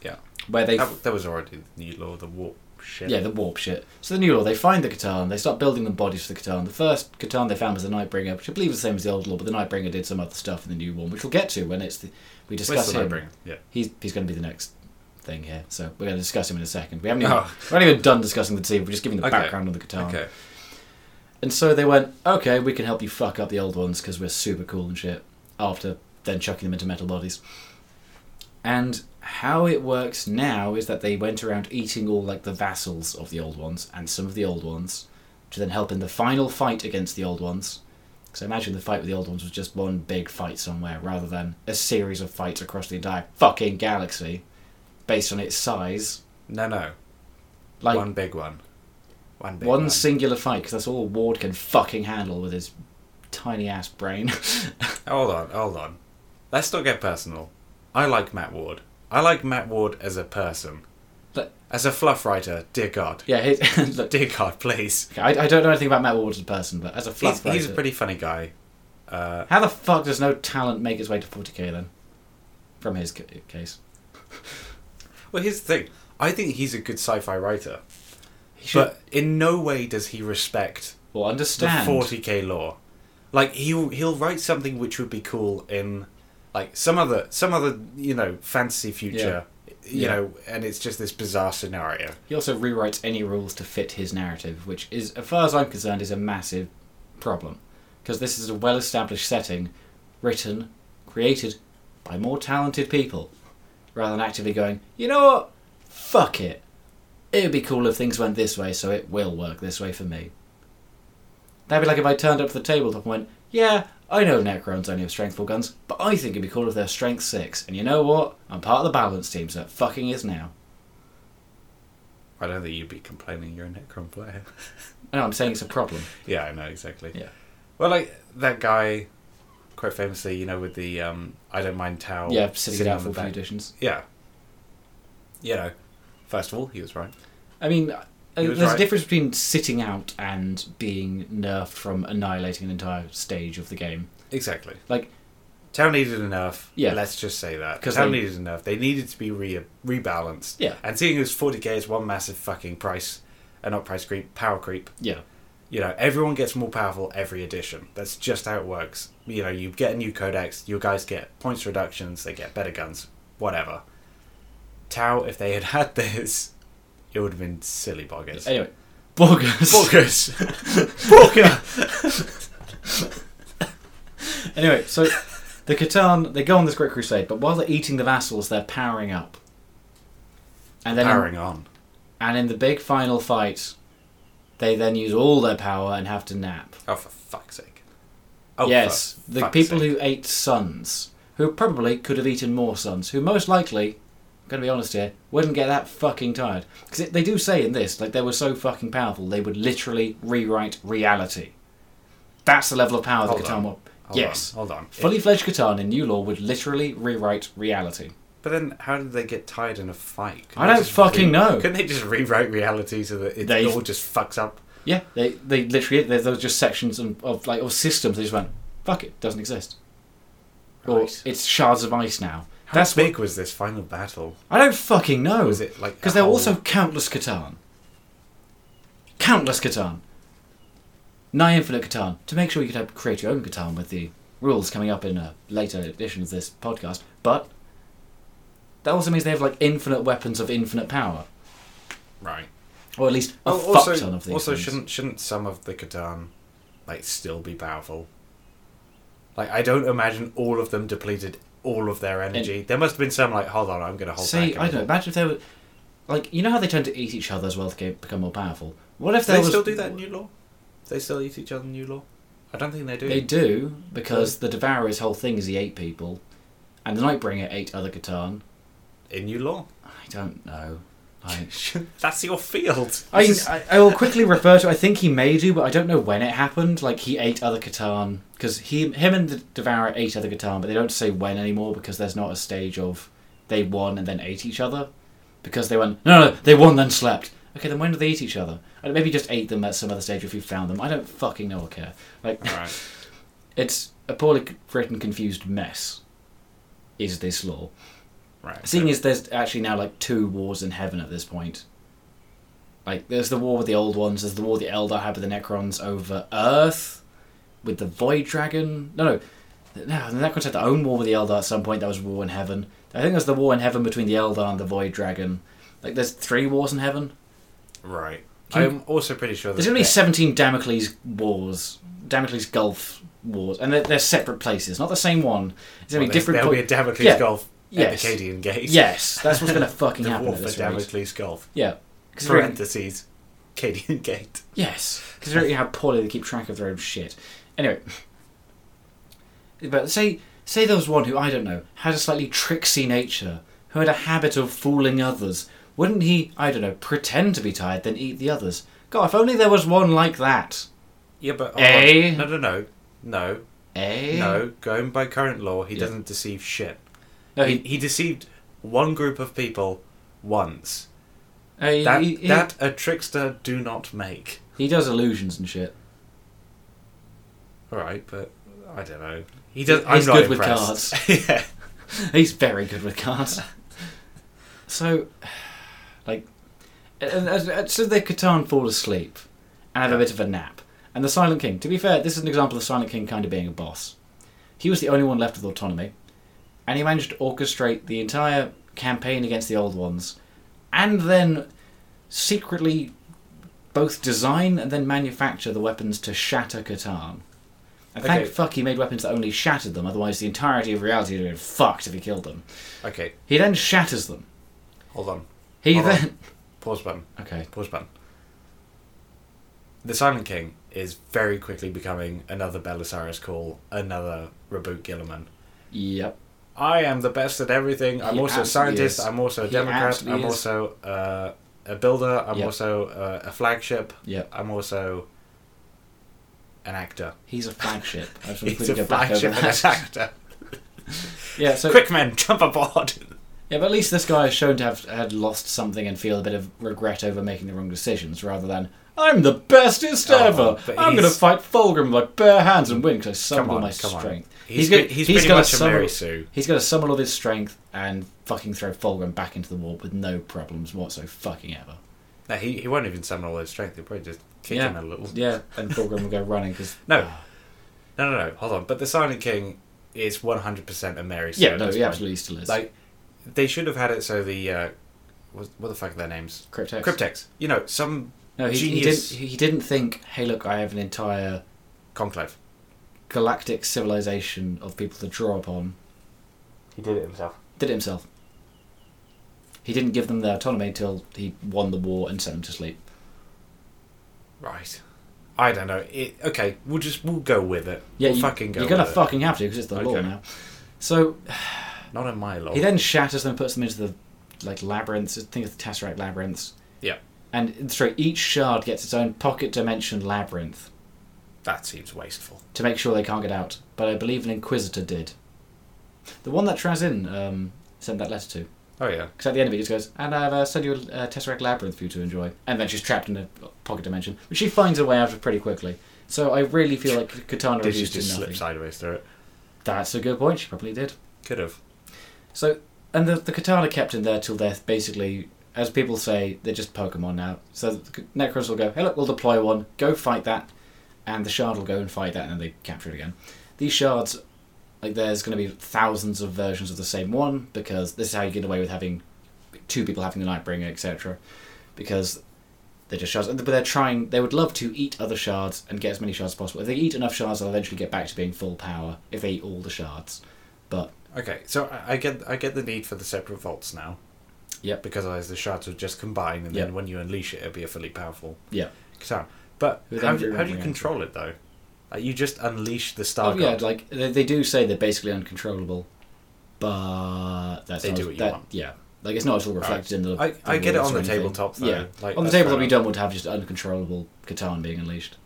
S1: Yeah.
S2: Where they,
S1: that, that was already the new law, the warp shit.
S2: yeah, the warp shit. So the new law, they find the Catan. They start building the bodies for the Catan. The first Catan they found was the Nightbringer, which I believe is the same as the old law, but the Nightbringer did some other stuff in the new one, which we'll get to when it's the, we
S1: Where's
S2: discuss
S1: the
S2: him.
S1: Nightbringer? Yeah.
S2: He's he's going to be the next thing here, so we're going to discuss him in a second. We haven't even,
S1: Oh.
S2: we're not even done discussing the team. We're just giving the
S1: Okay.
S2: background on the Catan.
S1: Okay.
S2: And so they went, okay, we can help you fuck up the old ones because we're super cool and shit. After then chucking them into metal bodies. And how it works now is that they went around eating all like the vassals of the old ones and some of the old ones to then help in the final fight against the old ones. Because I imagine the fight with the old ones was just one big fight somewhere rather than a series of fights across the entire fucking galaxy based on its size.
S1: No, no.
S2: Like
S1: one big one. One big
S2: one
S1: one.
S2: singular fight because that's all Ward can fucking handle with his tiny ass brain.
S1: Hold on, hold on. Let's not get personal. I like Matt Ward. I like Matt Ward as a person.
S2: But-
S1: as a fluff writer, dear God.
S2: yeah, his, look,
S1: Dear God, please.
S2: I, I don't know anything about Matt Ward as a person, but as a fluff
S1: He's, he's a
S2: writer-
S1: pretty funny guy. Uh,
S2: how the fuck does no talent make its way to 40k then? From his ca- case,
S1: well, here's the thing. I think he's a good sci-fi writer,
S2: he should
S1: but in no way does he respect
S2: or understand.
S1: the 40k law. Like he'll he'll write something which would be cool in like some other some other you know fantasy future, you
S2: Yeah.
S1: know, and it's just this bizarre scenario.
S2: He also rewrites any rules to fit his narrative, which is, as far as I'm concerned, is a massive problem because this is a well-established setting, written, created by more talented people, rather than actively going, you know what, fuck it. It would be cool if things went this way, so it will work this way for me. That'd be like if I turned up to the tabletop and went, yeah, I know Necrons only have strength 4 guns, but I think it'd be cool if they're strength 6, and you know what? I'm part of the balance team, so it fucking is now.
S1: I don't think you'd be complaining you're a Necron player.
S2: I know, I'm saying it's a problem.
S1: Yeah, I know exactly.
S2: Yeah.
S1: Well, like that guy, quite famously, you know, with the um, "I don't mind towel."
S2: yeah, sitting, it out
S1: on
S2: for a
S1: the
S2: few
S1: back.
S2: editions.
S1: Yeah. You know, first of all, he was right.
S2: I mean, uh,
S1: He
S2: there's
S1: was
S2: a
S1: right.
S2: difference between sitting out and being nerfed from annihilating an entire stage of the game.
S1: Exactly.
S2: Like,
S1: Town needed enough.
S2: Yeah.
S1: Let's just say that.
S2: 'Cause
S1: Town
S2: they-
S1: needed enough. They needed to be re- rebalanced.
S2: Yeah.
S1: And seeing as 40k is one massive fucking price, and not price creep, power creep.
S2: yeah,
S1: You know, everyone gets more powerful every edition. That's just how it works. You know, you get a new codex, your guys get points reductions, they get better guns, whatever. Tau, if they had had this, it would have been silly boggers.
S2: Anyway, Bogus.
S1: Bogus. Bogus.
S2: Anyway, so the Catan they go on this great crusade, but while they're eating the vassals, they're powering up. And then,
S1: Powering on.
S2: and in the big final fight, they then use all their power and have to nap.
S1: Oh, for fuck's sake. Oh,
S2: yes,
S1: for
S2: the
S1: fuck's
S2: people
S1: sake.
S2: who ate sons, who probably could have eaten more sons, who most likely, I'm going to be honest here, wouldn't get that fucking tired. Because they do say in this, like, they were so fucking powerful, they would literally rewrite reality. That's the level of power the
S1: Hold
S2: Catan
S1: on.
S2: were.
S1: Hold
S2: Yes.
S1: on, hold on.
S2: Fully fledged Catan in new law would literally rewrite reality.
S1: But then, how did they get tired in a fight?
S2: I
S1: they
S2: don't
S1: just
S2: fucking know.
S1: Couldn't they just rewrite reality so that it
S2: They-
S1: all just fucks up?
S2: Yeah, they they literally there there was just sections of, of like or systems. They just went fuck it, doesn't exist. Or
S1: Right.
S2: it's shards of ice now.
S1: How
S2: That's
S1: big was this final battle?
S2: what, I don't fucking know.
S1: Was it like a
S2: because there were
S1: whole-
S2: also countless Catan. Countless Catan. Nigh Infinite Catan. To make sure you could have, create your own Catan with the rules coming up in a later edition of this podcast. But that also means they have like infinite weapons of infinite power,
S1: right?
S2: or at least a
S1: Oh,
S2: fuck
S1: also,
S2: ton of these.
S1: also
S2: things.
S1: shouldn't shouldn't some of the Catan like still be powerful? Like I don't imagine all of them depleted all of their energy. there must have been some like, hold on, I'm gonna hold back. a
S2: See, I don't know.
S1: little.
S2: Imagine if they were, like, you know how they tend to eat each other as well to get, become more powerful. What if
S1: Do
S2: there
S1: they
S2: was,
S1: still do that in New Law? They still eat each other in New Law? I don't think they do.
S2: They do because the Devourer's whole thing is he ate people, and the Nightbringer ate other Catan.
S1: in New Law,
S2: I don't know. I,
S1: that's your field.
S2: I,
S1: This is-
S2: I, I will quickly refer to. I think he may do, but I don't know when it happened. Like he ate other Catan because he, him, and the Devourer ate other Catan, but they don't say when anymore because there's not a stage of they won and then ate each other because they went no, no, they won then slept. Okay, then when did they eat each other? And maybe just ate them at some other stage if you found them. I don't fucking know or care. Like
S1: Alright.
S2: it's a poorly c- written, confused mess. Is this law?
S1: Right.
S2: Seeing as there's actually now like two wars in heaven at this point. Like there's the war with the old ones, there's the war the Eldar had with the Necrons over Earth, with the Void Dragon. No, no, no. The Necrons had their own war with the Eldar at some point. That was war in heaven. I think there's the war in heaven between the Eldar and the Void Dragon. Like there's three wars in heaven.
S1: Right.
S2: Can you-
S1: I'm also pretty sure that
S2: There's only
S1: that-
S2: seventeen Damocles wars, Damocles Gulf wars, and they're, they're separate places, not the same one. It's
S1: well,
S2: only
S1: there's-
S2: different.
S1: There'll
S2: po-
S1: be a Damocles
S2: Yeah.
S1: Golf
S2: Yes.
S1: at the Cadian Gate.
S2: yes, that's what's going to fucking
S1: The
S2: happen.
S1: War
S2: At
S1: for
S2: this rate.
S1: Damocles Golf.
S2: Yeah. 'Cause we're-
S1: Parentheses. Cadian Gate.
S2: Yes, considering how poorly they keep track of their own shit. Anyway, but say say there was one who I don't know had a slightly tricksy nature, who had a habit of fooling others. Wouldn't he? I don't know, pretend to be tired then eat the others. God, if only there was one like that.
S1: Yeah, but hold
S2: Eh?
S1: on. no, no, no, no,
S2: Eh?
S1: no. Going by current law, he
S2: Yeah.
S1: doesn't deceive shit.
S2: no.
S1: He,
S2: He,
S1: he deceived one group of people once.
S2: no, he,
S1: That
S2: he- he-
S1: that a trickster do not make.
S2: he does illusions and shit.
S1: All right, but I don't know. He does.
S2: He's
S1: I'm not
S2: good with
S1: impressed. cards. yeah.
S2: He's very good with cards. so, like, and, and- and so the Catan fall asleep and have a bit of a nap. And the Silent King, to be fair, this is an example of the Silent King kind of being a boss. He was the only one left with autonomy, and he managed to orchestrate the entire campaign against the Old Ones, and then secretly both design and then manufacture the weapons to shatter Catan. And thank
S1: Okay.
S2: fuck he made weapons that only shattered them, otherwise the entirety of reality would have been fucked if he killed them.
S1: Okay,
S2: He then shatters them.
S1: hold on.
S2: He
S1: Hold on.
S2: then.
S1: Pause button.
S2: Okay.
S1: Pause button. The Silent King is very quickly becoming another Belisarius call, another Reboot Gilliman.
S2: Yep.
S1: I am the best at everything. I'm
S2: He
S1: also a
S2: absolutely
S1: scientist.
S2: is.
S1: I'm also a
S2: He
S1: Democrat.
S2: absolutely
S1: I'm
S2: is.
S1: also uh, a builder. I'm
S2: Yep.
S1: also uh, a flagship.
S2: Yep.
S1: I'm also an actor.
S2: He's a flagship. I just want to
S1: He's a
S2: quickly go back over
S1: flagship and
S2: that.
S1: an actor.
S2: Yeah. So
S1: Quick men, jump aboard.
S2: yeah, but at least this guy is shown to have had lost something and feel a bit of regret over making the wrong decisions, rather than I'm the bestest
S1: Oh,
S2: ever.
S1: but
S2: I'm going to
S1: he's-
S2: fight Fulgrim with my bare hands and win because I summoned
S1: Come
S2: all
S1: on,
S2: my
S1: come on.
S2: strength.
S1: He's
S2: gonna-
S1: pre- he's
S2: he's
S1: pretty
S2: gonna
S1: much a
S2: summon-
S1: Mary Sue.
S2: He's going to summon all his strength and fucking throw Fulgrim back into the wall with no problems whatsoever. Fucking ever.
S1: No, he, he won't even summon all his strength. He'll probably just kick
S2: yeah.
S1: him a little.
S2: Yeah. And Fulgrim will go running because
S1: No. No, no, no. Hold on. But the Silent King is 100% a Mary Sue.
S2: Yeah.
S1: at
S2: No.
S1: this
S2: He
S1: point.
S2: absolutely still is.
S1: Like, they should have had it so the. Uh, what, what the fuck are their names?
S2: Cryptex.
S1: Cryptex. You know, some
S2: No, he, he didn't.
S1: Genius.
S2: He didn't think, "Hey, look, I have an entire
S1: Conclave.
S2: galactic civilization of people to draw upon."
S1: He did it himself.
S2: Did it himself. He didn't give them their autonomy till he won the war and sent them to sleep.
S1: Right. I don't know. It, okay, we'll just we'll go with it.
S2: Yeah,
S1: we'll
S2: you,
S1: fucking go.
S2: you're gonna
S1: with it.
S2: fucking have to because it's the law
S1: Okay. Oh.
S2: now. So
S1: Not in my law.
S2: he then shatters them, and puts them into the like labyrinths. Think of the tesseract labyrinths.
S1: Yeah.
S2: And sorry, each shard gets its own pocket dimension labyrinth
S1: that seems wasteful.
S2: to make sure they can't get out. But I believe an inquisitor did. The one that Trazin um, sent that letter to.
S1: Oh yeah.
S2: Because at the end of it, it just goes, and I've uh, sent you a uh, Tesseract Labyrinth for you to enjoy. And then she's trapped in a pocket dimension, which she finds a way out of pretty quickly. So I really feel like Katana
S1: Did she
S2: reduced to
S1: just
S2: nothing.
S1: slip sideways through it?
S2: That's a good point, she probably did.
S1: Could have.
S2: So, and the, the Katana kept in there till they're basically, as people say, they're just Pokemon now. So the Necros will go, hey look, we'll deploy one, go fight that, and the Shard will go and fight that, and then they capture it again. These Shards, like there's going to be thousands of versions of the same one, because this is how you get away with having two people having the Nightbringer, etc. Because they're just shards, but they're trying. They would love to eat other shards and get as many shards as possible. If they eat enough shards, they'll eventually get back to being full power. If they eat all the shards, but
S1: Okay, so I- I get I get the need for the separate vaults now.
S2: Yep.
S1: Because otherwise the shards would just combine, and
S2: Yep.
S1: then when you unleash it, it'll be a fully powerful
S2: yeah,
S1: katana. But
S2: With
S1: how
S2: every
S1: do, how do you
S2: memory
S1: control it though? Like, you just unleash the star
S2: Oh yeah,
S1: god.
S2: like they, they do say they're basically uncontrollable, but that's
S1: They
S2: not-
S1: do what you
S2: that-
S1: want.
S2: Yeah, like it's not at all reflected in the.
S1: I, I
S2: the
S1: get it
S2: rules
S1: on
S2: or
S1: the
S2: anything.
S1: tabletop though.
S2: Yeah,
S1: Like,
S2: on the
S1: that's uh,
S2: tabletop
S1: fair
S2: you don't want to have just uncontrollable Catan being unleashed.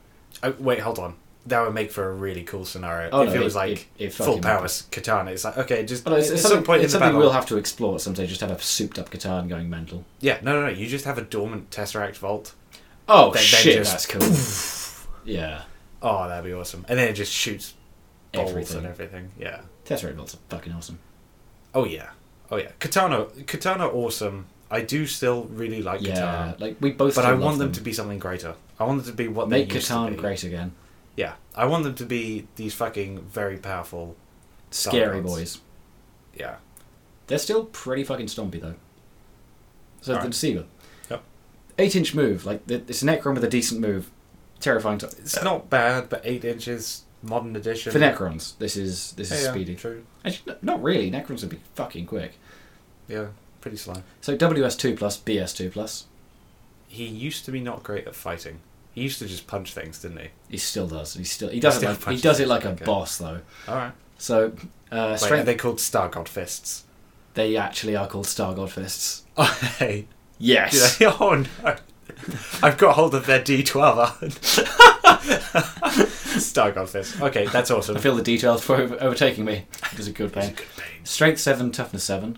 S1: Oh, wait, hold on. That would make for a really cool scenario.
S2: Oh,
S1: if
S2: no,
S1: it was
S2: it-
S1: like
S2: it- it
S1: full
S2: fucking
S1: power katana, it's like okay, just
S2: Oh, no, it's,
S1: at
S2: it's
S1: some
S2: something,
S1: point
S2: it's
S1: in the
S2: something
S1: battle.
S2: we'll have to explore at some stage. Just have a souped up Catan going mental.
S1: Yeah, no, no, no. You just have a dormant tesseract vault.
S2: Oh
S1: Then- then
S2: shit,
S1: just-
S2: that's cool. yeah,
S1: Oh, that'd be awesome. And then it just shoots bolts
S2: everything.
S1: and everything. Yeah.
S2: Tesseract bolts are fucking awesome.
S1: Oh yeah. Oh yeah. Katana. Katana. Awesome. I do still really like
S2: yeah,
S1: Katana,
S2: like we both.
S1: but
S2: still
S1: I
S2: love
S1: want them. to be something greater. I want them to be what
S2: make
S1: they used to
S2: Catan
S1: be.
S2: great again.
S1: Yeah. I want them to be these fucking very powerful. Star
S2: Scary
S1: gods.
S2: boys.
S1: Yeah.
S2: They're still pretty fucking stompy though. So the
S1: Alright.
S2: deceiver.
S1: Yep.
S2: Eight inch move, like th- it's a Necron with a decent move. Terrifying to-
S1: It's not bad, but eight inches modern edition.
S2: for Necrons. This is this
S1: Yeah,
S2: is
S1: yeah,
S2: speedy.
S1: True.
S2: Actually, n- not really. Necrons would be fucking quick.
S1: Yeah. Pretty slow.
S2: So WS two plus BS two plus.
S1: He used to be not great at fighting. He used to just punch things, didn't he?
S2: He still does. He still he does
S1: still
S2: it like, he
S1: punches
S2: does it like
S1: okay.
S2: a boss though.
S1: All right.
S2: So uh,
S1: Wait, are
S2: strength
S1: they called Star God fists?
S2: they actually are called Star God fists.
S1: Oh, hey. Did
S2: Yes.
S1: I- Oh no! I've got hold of their D twelve iron. Stark on fist. Okay, that's awesome.
S2: I feel the details for over- overtaking me. It is a good pain. Strength 7, toughness 7.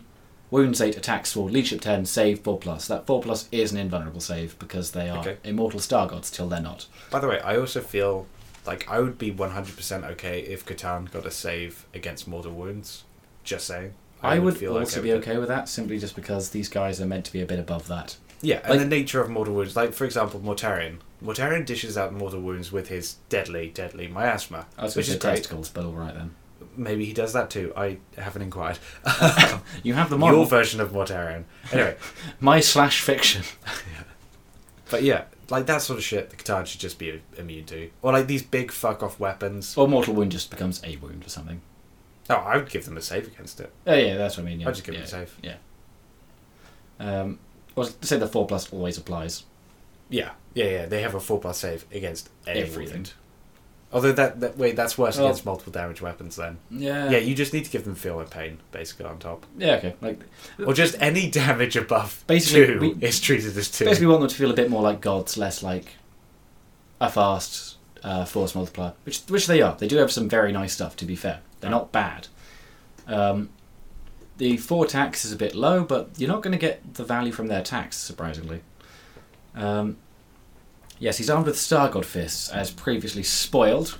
S2: Wounds 8, attacks 4, leadership 10, save 4 plus. That 4 plus is an invulnerable save because they are
S1: Okay.
S2: immortal star gods till they're not.
S1: By the way, I also feel like I would be one hundred percent okay if Catan got a save against mortal wounds. Just saying.
S2: I, would, also
S1: okay
S2: be
S1: with it.
S2: okay with that simply just because these guys are meant to be a bit above that.
S1: Yeah, and
S2: like-
S1: the nature of mortal wounds, like for example, Mortarian. Mortarian dishes out mortal wounds with his deadly, deadly miasma,
S2: I was going
S1: which
S2: to
S1: is
S2: say
S1: great.
S2: testicles, but alright then.
S1: Maybe he does that too. I haven't inquired.
S2: You have the
S1: Your
S2: model.
S1: version of Mortarian. Anyway,
S2: My slash fiction.
S1: But yeah, like that sort of shit, the katana should just be immune to. Or like these big fuck off weapons.
S2: Or mortal wound just becomes a wound or something.
S1: No, I would give them a save against it.
S2: Oh yeah, that's what I mean. Yeah.
S1: I'd just give
S2: yeah.
S1: them a save.
S2: Um, well, say the 4 plus always applies.
S1: Yeah, yeah, yeah. They have a four plus save against everything.
S2: Everything.
S1: Although that that wait, that's worse
S2: Well-
S1: against multiple damage weapons. Then
S2: Oh. Yeah.
S1: yeah, you just need to give them feel and pain basically on top,
S2: Yeah, okay. Like,
S1: or just any damage above
S2: Basically,
S1: two
S2: we-
S1: is treated as two.
S2: Basically, we want them to feel a bit more like gods, less like a fast uh, force multiplier, which which they are. They do have some very nice stuff. To be fair, they're not bad. Um, the four tax is a bit low, but you're not going to get the value from their tax surprisingly. Um, yes, he's armed with Star God fists, as previously spoiled.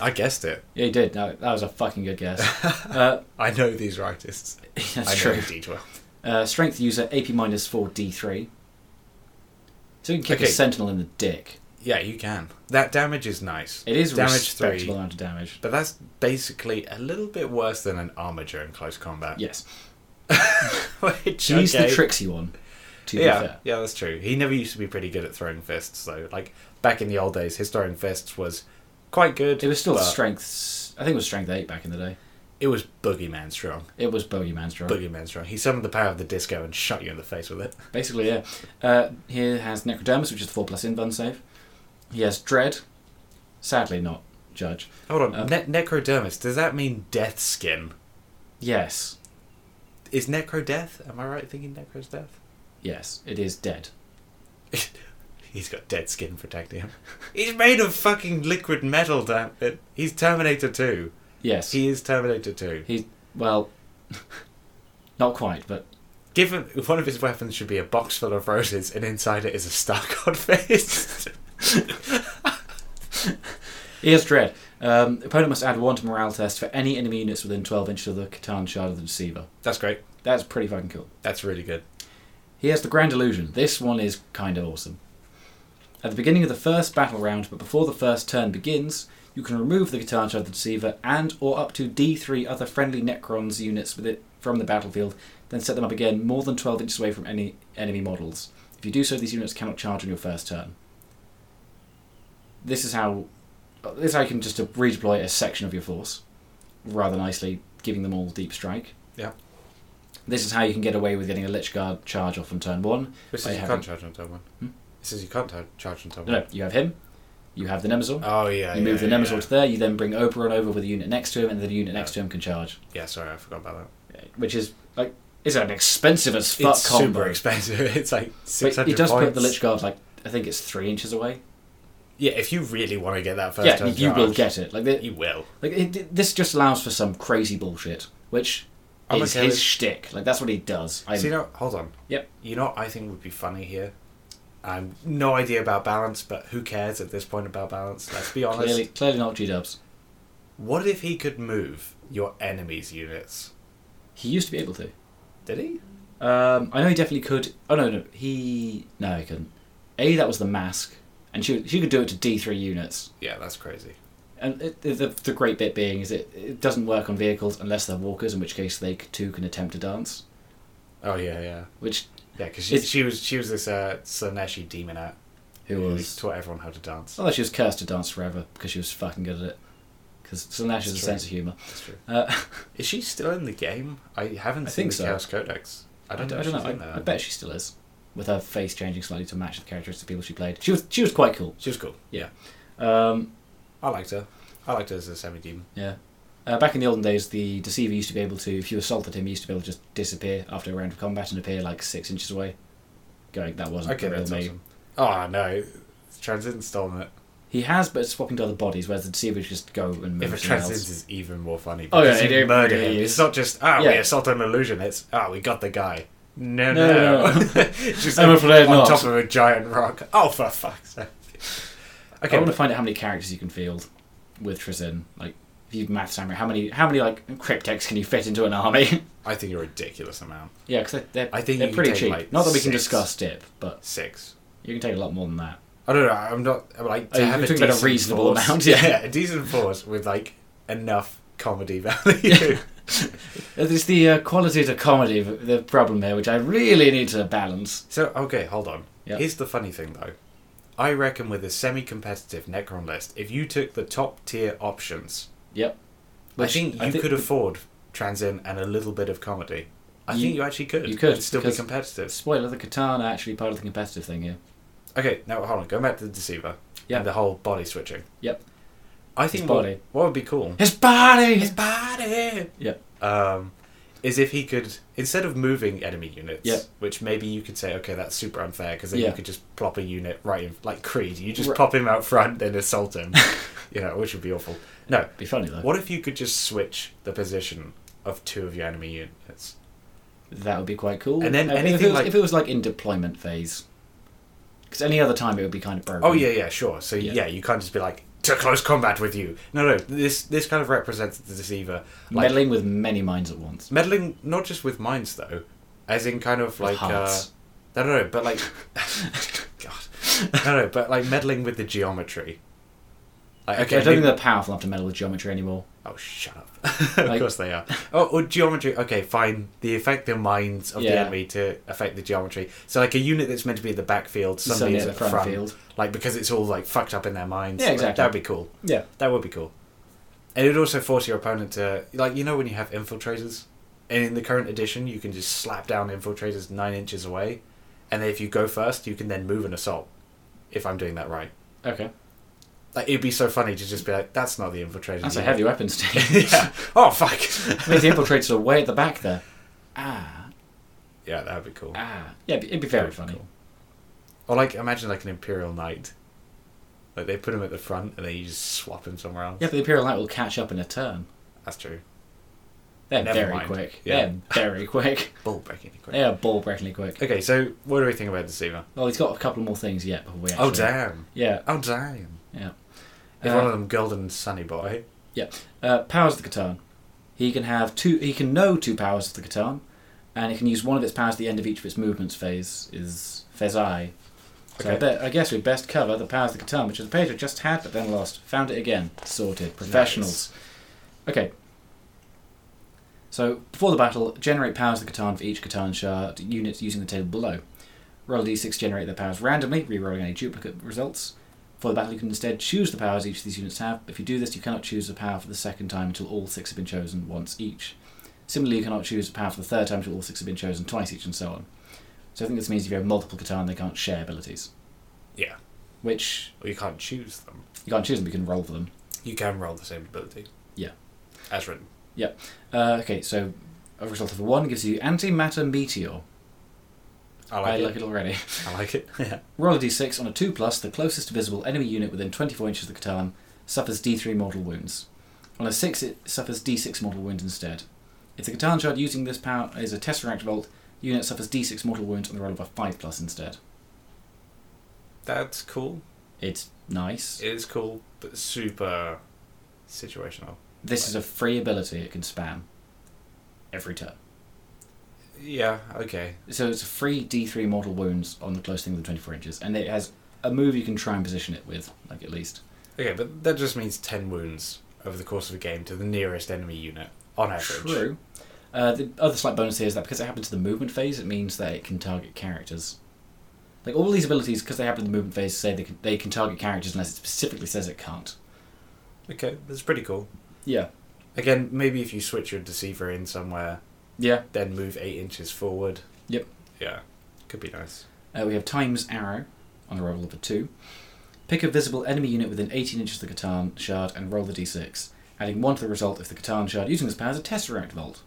S1: I guessed it.
S2: Yeah, he did. No, that was a fucking good guess. uh,
S1: I know these artists.
S2: that's
S1: I
S2: true.
S1: know D twelve.
S2: Uh, strength user AP minus four D three. So you can kick a
S1: Okay.
S2: sentinel in the dick.
S1: Yeah, you can. That damage is nice.
S2: It is a
S1: Damage
S2: respectable
S1: three.
S2: amount of damage.
S1: But that's basically a little bit worse than an armor during close combat.
S2: Yes.
S1: Which,
S2: She's
S1: Uh, okay.
S2: the tricksy one. To
S1: yeah,
S2: be fair,
S1: yeah, that's true. He never used to be pretty good at throwing fists, though. Like back in the old days, his throwing fists was quite good.
S2: it was still
S1: but
S2: strength. I think it was strength eight back in the day.
S1: It was boogeyman strong.
S2: It was bogeyman strong.
S1: Boogeyman strong. He summoned the power of the disco and shot you in the face with it.
S2: Basically, yeah. Uh, he has Necrodermis, which is the 4 plus invuln save. He has Dread. Sadly, not Judge.
S1: Hold on,
S2: Uh,
S1: ne- necrodermis. Does that mean death skin?
S2: Yes.
S1: Is necro death? Am I right thinking necro's death?
S2: Yes, it is dead.
S1: He's got dead skin protecting him. He's made of fucking liquid metal, damn it. He's Terminator 2.
S2: Yes.
S1: He is Terminator 2.
S2: well, not quite, but
S1: Given one of his weapons should be a box full of roses, and inside it is a Starcon face.
S2: he has Dread. Um, opponent must add one to morale test for any enemy units within 12 inches of the Catan Shard of the Deceiver.
S1: That's great.
S2: That's pretty fucking cool.
S1: That's really good.
S2: He has the Grand Illusion. This one is kind of awesome. At the beginning of the first battle round, but before the first turn begins, you can remove the Guitar Charge of the Deceiver and or up to D3 other friendly Necrons units with it from the battlefield, then set them up again more than 12 inches away from any enemy models. If you do so, these units cannot charge on your first turn. This is how this is how you can just redeploy a section of your force, rather nicely giving them all deep strike.
S1: Yeah.
S2: This is how you can get away with getting a Lich Guard charge off on turn one,
S1: This
S2: By
S1: is you
S2: having-
S1: can't charge on turn one.
S2: Hmm?
S1: This is you can't tar- charge on turn
S2: No,
S1: one.
S2: no, you have him. You have the Nemazor.
S1: Oh, yeah.
S2: you
S1: yeah,
S2: move the
S1: yeah,
S2: Nemazor
S1: yeah.
S2: to there. You then bring Oberon over with a unit next to him, and the unit next
S1: Yeah.
S2: to him can charge,
S1: Yeah, sorry, I forgot about
S2: which is like it's an expensive as
S1: that.
S2: fuck
S1: it's
S2: combo.
S1: super expensive. It's like
S2: But
S1: 600
S2: it does
S1: points.
S2: put the Lich Guard like I think it's three inches away.
S1: Yeah, if you really want to get that first
S2: yeah,
S1: turn
S2: you, you will
S1: charge,
S2: get it. Like, the,
S1: You will.
S2: like it, it- this just allows for some crazy bullshit, which
S1: I'm
S2: is
S1: okay
S2: his
S1: with-
S2: shtick. Like that's what he does. I'm,
S1: So you know, hold on.
S2: Yep.
S1: You know what I think would be funny here? I'm no idea about balance, but who cares at this point about balance? Let's be honest.
S2: clearly, clearly not G Dubs.
S1: What if he could move your enemy's units?
S2: He used to be able to.
S1: Did he?
S2: Um, I know he definitely could. Oh no, no, he no, he couldn't. A that was the mask, and she she could do it to D three units.
S1: Yeah, that's crazy.
S2: And it, the the great bit being is it, it doesn't work on vehicles unless they're walkers, in which case they c- too can attempt to dance.
S1: Oh yeah, yeah,
S2: Which
S1: yeah. Because she,
S2: It's-
S1: she was she was this uh, Slaneshi demonette
S2: who was Oh.
S1: taught everyone how to dance.
S2: although she was cursed to dance forever because she was fucking good at it. Because Slanesh has a
S1: That's
S2: sense of humour.
S1: That's true.
S2: Uh,
S1: Is she still in the game? I haven't
S2: I
S1: seen
S2: think
S1: the
S2: so.
S1: Chaos Codex. I
S2: I
S1: don't
S2: don't,
S1: know.
S2: I
S1: if
S2: don't
S1: she's in
S2: know.
S1: there.
S2: I, I bet she still is, with her face changing slightly to match the characteristics of people she played. She was she was quite cool.
S1: she was cool.
S2: Yeah. Um,
S1: I liked her. I liked her as a semi demon.
S2: Yeah. Uh, back in the olden days, the deceiver used to be able to, if you assaulted him, he used to be able to just disappear after a round of combat and appear like six inches away. Going, that wasn't
S1: Okay,
S2: the real
S1: that's
S2: me.
S1: awesome. Oh no, Transit's stolen it.
S2: He has, but it's swapping to other bodies, whereas the deceiver just go and move
S1: If it
S2: somewhere
S1: transcends
S2: else.
S1: is even more funny.
S2: Oh, yeah,
S1: because
S2: it
S1: you
S2: really
S1: murder him.
S2: is.
S1: It's not just ah we
S2: Yeah.
S1: assault an illusion. It's ah we got the guy. No,
S2: No,
S1: no,
S2: no,
S1: just
S2: I'm afraid
S1: on
S2: not.
S1: top of a giant rock. Oh for fuck's sake!
S2: I
S1: Okay,
S2: want to find out how many characters you can field with Trizin. Like, if you maths hammer, how many, how many like cryptex can you fit into an army?
S1: I think a ridiculous amount.
S2: yeah, because they're,
S1: I think
S2: they're
S1: you can
S2: pretty
S1: take,
S2: cheap.
S1: like,
S2: Not that we can
S1: six.
S2: discuss dip, but
S1: Six.
S2: you can take a lot more than that.
S1: I don't know. I'm not I'm like to
S2: Oh,
S1: have
S2: you're
S1: a
S2: talking about a
S1: decent
S2: reasonable
S1: force-
S2: amount, yeah.
S1: a decent force with like enough comedy value.
S2: It's the uh, quality to comedy, the problem here, which I really need to balance.
S1: So okay, hold on.
S2: Yeah.
S1: Here's the funny thing though. I reckon with a semi-competitive Necron list, if you took the top tier options,
S2: Yep.
S1: I think you could afford Transin and a little bit of comedy. I
S2: You-
S1: think you actually could.
S2: you could,
S1: and still be
S2: because-
S1: competitive.
S2: Spoiler: the katana actually part of the competitive thing here.
S1: Okay, now hold on. Go back to the Deceiver
S2: Yeah.
S1: and the whole body switching.
S2: Yep.
S1: I think
S2: His
S1: what,
S2: body.
S1: what would be cool
S2: His body.
S1: his body
S2: Yep.
S1: um, is if he could instead of moving enemy units,
S2: Yep.
S1: which maybe you could say okay that's super unfair because then
S2: Yeah.
S1: you could just plop a unit right in like Creed, you just
S2: Right.
S1: pop him out front and assault him, you know, which would be awful. No,
S2: Be funny though.
S1: what if you could just switch the position of two of your enemy units?
S2: That would be quite cool.
S1: And then
S2: Uh, if it
S1: anything
S2: was-
S1: like-
S2: if it was like in deployment phase, because any other time it would be kind of broken.
S1: Oh yeah, yeah, sure. So
S2: Yeah.
S1: yeah. you can't just be like to close combat with you. No, no. This this kind of represents the deceiver, like meddling,
S2: meddling with many minds at once.
S1: not just with minds though, as in kind of
S2: With
S1: like uh,
S2: hearts.
S1: no, no, no, but like God, no, no, but like meddling with the geometry. Like,
S2: Okay,
S1: okay,
S2: I don't think
S1: maybe-
S2: they're powerful enough to meddle with geometry anymore.
S1: Oh, shut up. of
S2: Like-
S1: course they are. Oh, or geometry. Okay, fine. They affect the minds of the
S2: Yeah.
S1: enemy to affect the geometry. So, like, a unit that's meant to be at the backfield suddenly
S2: Suddenly
S1: is
S2: at the front, field.
S1: Like, because it's all, like, fucked up in their minds.
S2: Yeah,
S1: Like,
S2: exactly.
S1: that'd be cool.
S2: Yeah.
S1: That would be cool. And it would also force your opponent to, like, you know, when you have infiltrators? And in the current edition, you can just slap down infiltrators nine inches away. And then if you go first, you can then move and assault. If I'm doing that right.
S2: Okay.
S1: Like, it'd be so funny to just be like, that's not the infiltrator.
S2: That's a
S1: unit."
S2: heavy weapons team.
S1: yeah. Oh fuck.
S2: I mean, the infiltrators are way at the back there. Ah,
S1: yeah, that'd be cool.
S2: ah. Yeah, it'd be- it'd be very
S1: That'd be
S2: funny.
S1: cool. Or like imagine like an imperial knight. Like they put him at the front and then you just swap him somewhere else.
S2: Yeah, but the Imperial Knight will catch up in a turn.
S1: That's true.
S2: They're
S1: Never
S2: very
S1: mind.
S2: quick.
S1: Yeah.
S2: They're very quick.
S1: Ball breaking. quick.
S2: They are ball breakingly quick.
S1: Okay, so what do we think about Deceiver?
S2: Well, he's got a couple more things yet before we actually.
S1: Oh damn.
S2: Yeah,
S1: Oh damn.
S2: yeah.
S1: If
S2: Uh,
S1: one of them golden sunny boy.
S2: Yeah. Uh, powers of the Catan. He can have two. He can know two powers of the Catan, and he can use one of its powers at the end of each of its movements phase. Is phase I. So I,
S1: Okay.
S2: bet, I guess we best cover the powers of the Catan, which is a page I just had but then lost. Found it again. Sorted. Professionals. Okay. So before the battle, generate powers of the Catan for each Catan shard unit using the table below. Roll a d6, generate their powers randomly, rerolling any duplicate results. For the battle, you can instead choose the powers each of these units have. If you do this, you cannot choose a power for the second time until all six have been chosen once each. Similarly, you cannot choose a power for the third time until all six have been chosen twice each, and so on. So I think this means if you have multiple Catan, they can't share abilities.
S1: Yeah.
S2: Which
S1: Well you can't choose them.
S2: you can't choose them, but you can roll for them.
S1: You can roll the same ability.
S2: Yeah.
S1: As written.
S2: Uh, okay, so a result of a one gives you antimatter meteor.
S1: I
S2: I
S1: like it.
S2: like it already.
S1: I like it. yeah.
S2: Roll a d6 on a 2 plus, the closest visible enemy unit within 24 inches of the Catan suffers d3 mortal wounds. On a 6, it suffers d6 mortal wounds instead. If the Catan shard using this power is a Tesseract Bolt, the unit suffers d6 mortal wounds on the roll of a 5 plus instead.
S1: That's cool.
S2: It's nice.
S1: It is cool, but super situational.
S2: This is a free ability it can spam every turn.
S1: Yeah, okay.
S2: So it's a free d3 mortal wounds on the closest thing within 24 inches, and it has a move you can try and position it with, like at least.
S1: Okay, but that just means 10 wounds over the course of a game to the nearest enemy unit, on average.
S2: True. Uh, the other slight bonus here is that because it happens to the movement phase, it means that it can target characters. Like all these abilities, because they happen to the movement phase, say they can, they can target characters unless it specifically says it can't.
S1: Okay, that's pretty cool.
S2: Yeah.
S1: Again, maybe if you switch your Deceiver in somewhere,
S2: Yeah.
S1: then move 8 inches forward.
S2: Yep.
S1: Yeah, could be nice.
S2: Uh, we have Times Arrow on the roll of a 2. Pick a visible enemy unit within 18 inches of the Catan shard and roll the d6, adding 1 to the result if the Catan shard using this power is a Tesseract Vault.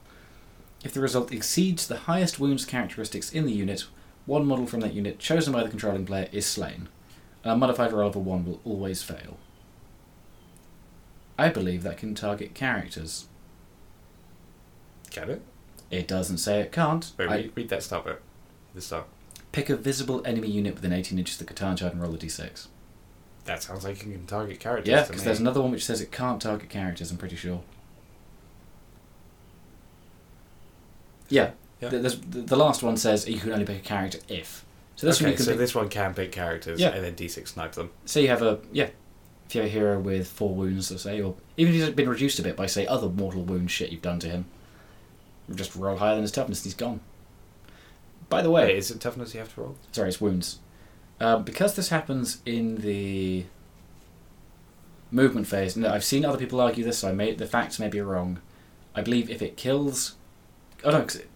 S2: If the result exceeds the highest wounds characteristics in the unit, one model from that unit chosen by the controlling player is slain, and a modified roll of a 1 will always fail. I believe that can target characters.
S1: Can it?
S2: It doesn't say it can't.
S1: Wait,
S2: I-
S1: read, read that start bit. The start.
S2: pick a visible enemy unit within 18 inches of the Catan shard and roll a d6.
S1: That sounds like you can target characters.
S2: Yeah,
S1: to
S2: because
S1: me.
S2: there's another one which says it can't target characters. I'm pretty sure. Yeah,
S1: Yeah.
S2: th- there's- th- the last one says you can only pick a character if. So this
S1: okay,
S2: one you can
S1: so
S2: pick,
S1: this one can pick characters
S2: Yeah.
S1: and then D6 snipe them.
S2: say you have a yeah, if you have a hero with four wounds, let's say, or even if he's been reduced a bit by say other mortal wound shit you've done to him, you just roll higher than his toughness and he's gone. By the way,
S1: Wait, is it toughness you have to roll?
S2: sorry, it's wounds. Um, because this happens in the movement phase, and I've seen other people argue this, so I may, the facts may be wrong. I believe if it kills. Oh no, 'cause it,